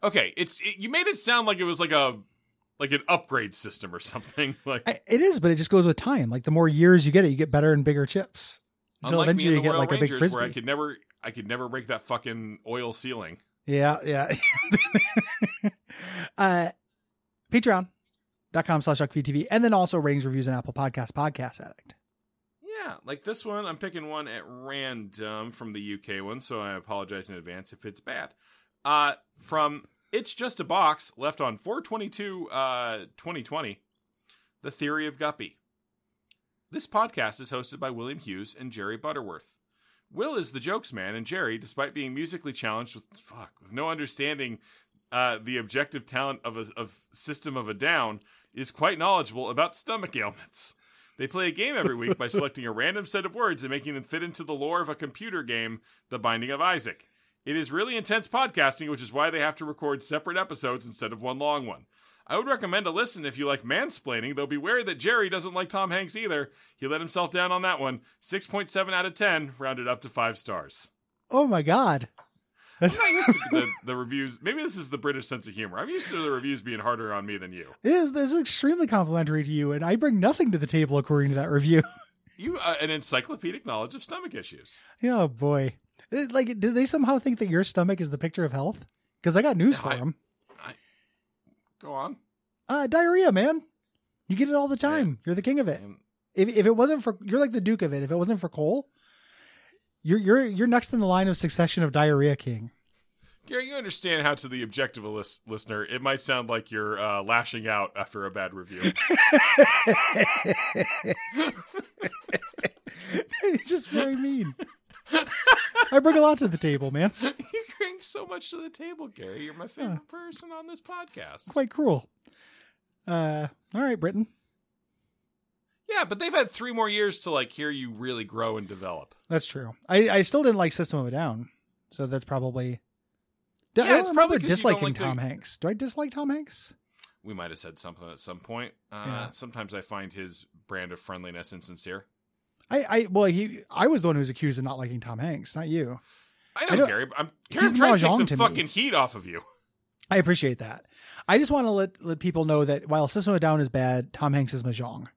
S1: Okay, it's it, you made it sound like it was like a like an upgrade system or something. Like
S2: I, it is, but it just goes with time. Like the more years you get it, you get better and bigger chips. Until
S1: unlike me
S2: eventually
S1: in
S2: you
S1: the
S2: get
S1: Royal
S2: like
S1: Rangers,
S2: a big frisbee.
S1: where I could never, I could never break that fucking oil ceiling.
S2: Yeah, yeah. uh Patreon.com slash TV and then also ratings, reviews, and Apple Podcast Podcast Addict.
S1: Yeah, like this one, I'm picking one at random from the UK one, so I apologize in advance if it's bad. Uh, from It's Just a Box, left on 422 uh, 2020, The Theory of Guppy. This podcast is hosted by William Hughes and Jerry Butterworth. Will is the jokes man, and Jerry, despite being musically challenged with fuck, with no understanding uh, the objective talent of a of system of a down, is quite knowledgeable about stomach ailments. They play a game every week by selecting a random set of words and making them fit into the lore of a computer game, The Binding of Isaac. It is really intense podcasting, which is why they have to record separate episodes instead of one long one. I would recommend a listen if you like mansplaining, though beware that Jerry doesn't like Tom Hanks either. He let himself down on that one. 6.7 out of 10, rounded up to 5 stars.
S2: Oh my god.
S1: I'm not used to the, the reviews. Maybe this is the British sense of humor. I'm used to the reviews being harder on me than you.
S2: This is, this is extremely complimentary to you, and I bring nothing to the table according to that review.
S1: You, uh, an encyclopedic knowledge of stomach issues.
S2: oh boy. It- like, do they somehow think that your stomach is the picture of health? Because I got news
S1: No,
S2: for
S1: I-
S2: them.
S1: Go on.
S2: Uh, diarrhea, man. You get it all the time. You're the king of it.
S1: Um,
S2: If, if it wasn't for you're like the Duke of it. If it wasn't for Cole, you're you're you're next in the line of succession of diarrhea king.
S1: Gary, you understand how to the objective lis- listener, it might sound like you're uh, lashing out after a bad review.
S2: It's just very mean. I bring a lot to the table, man.
S1: you bring so much to the table, Gary. You're my favorite person on this podcast.
S2: Quite cruel. Uh, all right, Britain.
S1: Yeah, but they've had three more years to like hear you really grow and develop.
S2: That's true. I, I still didn't like System of a Down, so that's probably. D-
S1: Yeah,
S2: I don't
S1: it's
S2: remember
S1: probably 'cause you don't
S2: disliking
S1: like to-
S2: Tom Hanks. Do I dislike Tom Hanks?
S1: We might have said something at some point. Uh,
S2: Yeah.
S1: Sometimes I find his brand of friendliness insincere.
S2: I, I well he I was the one who was accused of not liking Tom Hanks, not you.
S1: I
S2: I
S1: know,
S2: don't-
S1: Gary. But I'm, Gary,
S2: he's
S1: I'm trying to
S2: Mahjong
S1: take
S2: to
S1: some
S2: me.
S1: fucking heat off of you.
S2: I appreciate that. I just want to let let people know that while System of a Down is bad, Tom Hanks is mahjong.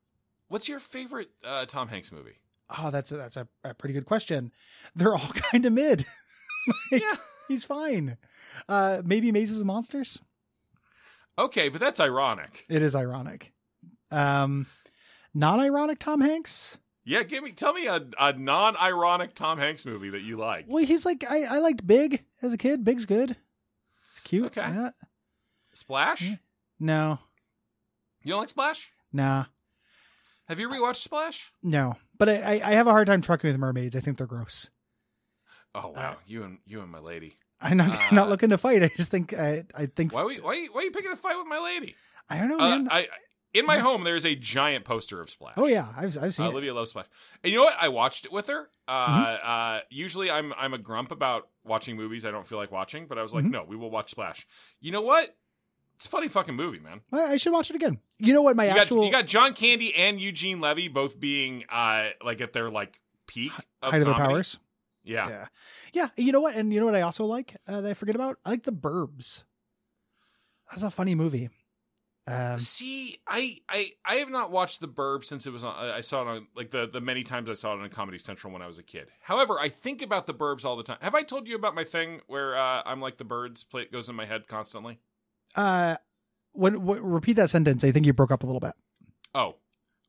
S1: What's your favorite uh, Tom Hanks movie?
S2: Oh, that's a, that's a, a pretty good question. They're all kind of mid.
S1: yeah.
S2: He's fine. Uh, maybe Mazes and Monsters.
S1: Okay, but that's ironic.
S2: It is ironic. Um, non-ironic Tom Hanks.
S1: Yeah, give me tell me a, a non-ironic Tom Hanks movie that you like.
S2: Well, he's like I, I liked Big as a kid. Big's good. It's cute.
S1: Okay.
S2: Yeah.
S1: Splash?
S2: Yeah. No,
S1: You don't like Splash?
S2: nah,
S1: Have you rewatched Splash?
S2: no. But I, I, I have a hard time trucking with mermaids. I think they're gross.
S1: Oh wow,
S2: Uh,
S1: you and you and my lady.
S2: I'm not
S1: Uh,
S2: not looking to fight. I just think I I think
S1: Why we, why you- why are you picking a fight with my lady?
S2: I don't know,
S1: Uh,
S2: Oh, man.
S1: I I- in my home there is a giant poster of Splash.
S2: oh yeah, I've I've seen
S1: Uh,
S2: it. Mm-hmm.
S1: Olivia loves Splash. And you know what? I watched it with her. Uh, uh, usually I'm I'm a grump about watching movies I don't feel like watching, but I was like,
S2: Mhm.
S1: no, we will watch Splash. You know what? It's a funny fucking movie, man.
S2: I, I should watch it again. You know what? My
S1: You got,
S2: actual
S1: you got John Candy and Eugene Levy both being uh like at their like peak of
S2: height of their
S1: comedy.
S2: powers.
S1: Yeah.
S2: Yeah. Yeah. You know what? And you know what I also like uh, that I forget about? I like the burbs. That's a funny movie. Um,
S1: See, I, I I have not watched The Burb since it was on. I I saw it on like the the many times I saw it on Comedy Central when I was a kid. However, I think about The Burbs all the time. Have I told you about my thing where uh, I'm like the birds? Play it goes in my head constantly.
S2: uh, when, when repeat that sentence, I think you broke up a little bit.
S1: Oh,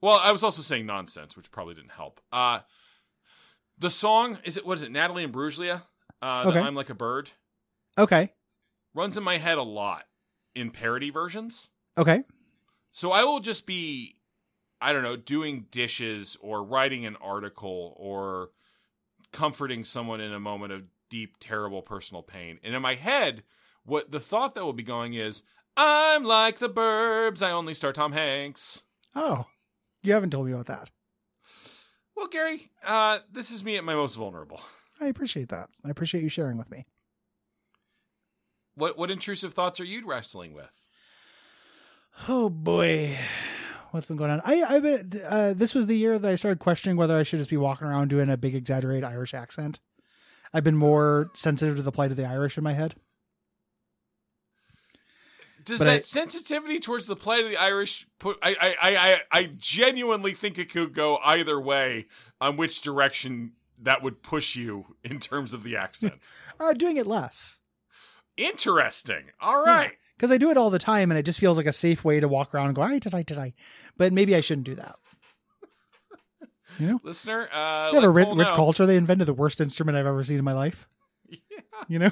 S1: well, I was also saying nonsense, which probably didn't help. Uh, the song is it? What is it? Natalie and Bruglia. Uh, the
S2: Okay.
S1: I'm like a bird
S2: Okay.
S1: runs in my head a lot in parody versions.
S2: Okay.
S1: So I will just be, I don't know, doing dishes or writing an article or comforting someone in a moment of deep, terrible personal pain. And in my head, what the thought that will be going is, I'm like the Burbs. I only star Tom Hanks.
S2: Oh, you haven't told me about that.
S1: Well, Gary, uh, this is me at my most vulnerable.
S2: I appreciate that. I appreciate you sharing with me.
S1: What what intrusive thoughts are you wrestling with?
S2: Oh boy, what's been going on? I I've been. Uh, this was the year that I started questioning whether I should just be walking around doing a big exaggerated Irish accent. I've been more sensitive to the plight of the Irish in my head.
S1: Does
S2: But
S1: that
S2: I-
S1: sensitivity towards the plight of the Irish put? I, I I I I genuinely think it could go either way on which direction that would push you in terms of the accent.
S2: Uh, doing it less
S1: Interesting. All right.
S2: because I do it all the time, and it just feels like a safe way to walk around and go, "I did, I did, I." But maybe I shouldn't do that.
S1: Listener, uh,
S2: They have a
S1: let
S2: rich,
S1: Cole
S2: rich
S1: know.
S2: culture. They invented the worst instrument I've ever seen in my life. You know,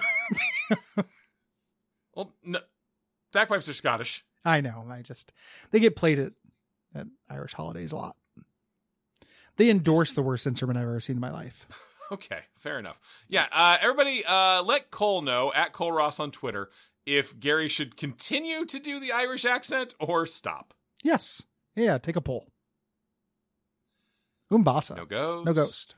S1: Well, no, backpipes are Scottish.
S2: I know. I just they get played at, at Irish holidays a lot. They endorse the worst instrument I've ever seen in my life.
S1: Okay, fair enough. Yeah, uh, everybody, uh, let Cole know at Cole Ross on Twitter if Gary should continue to do the Irish accent or stop.
S2: Yes. Yeah. Take a poll. Umbasa.
S1: No ghost.
S2: Uh, No ghost.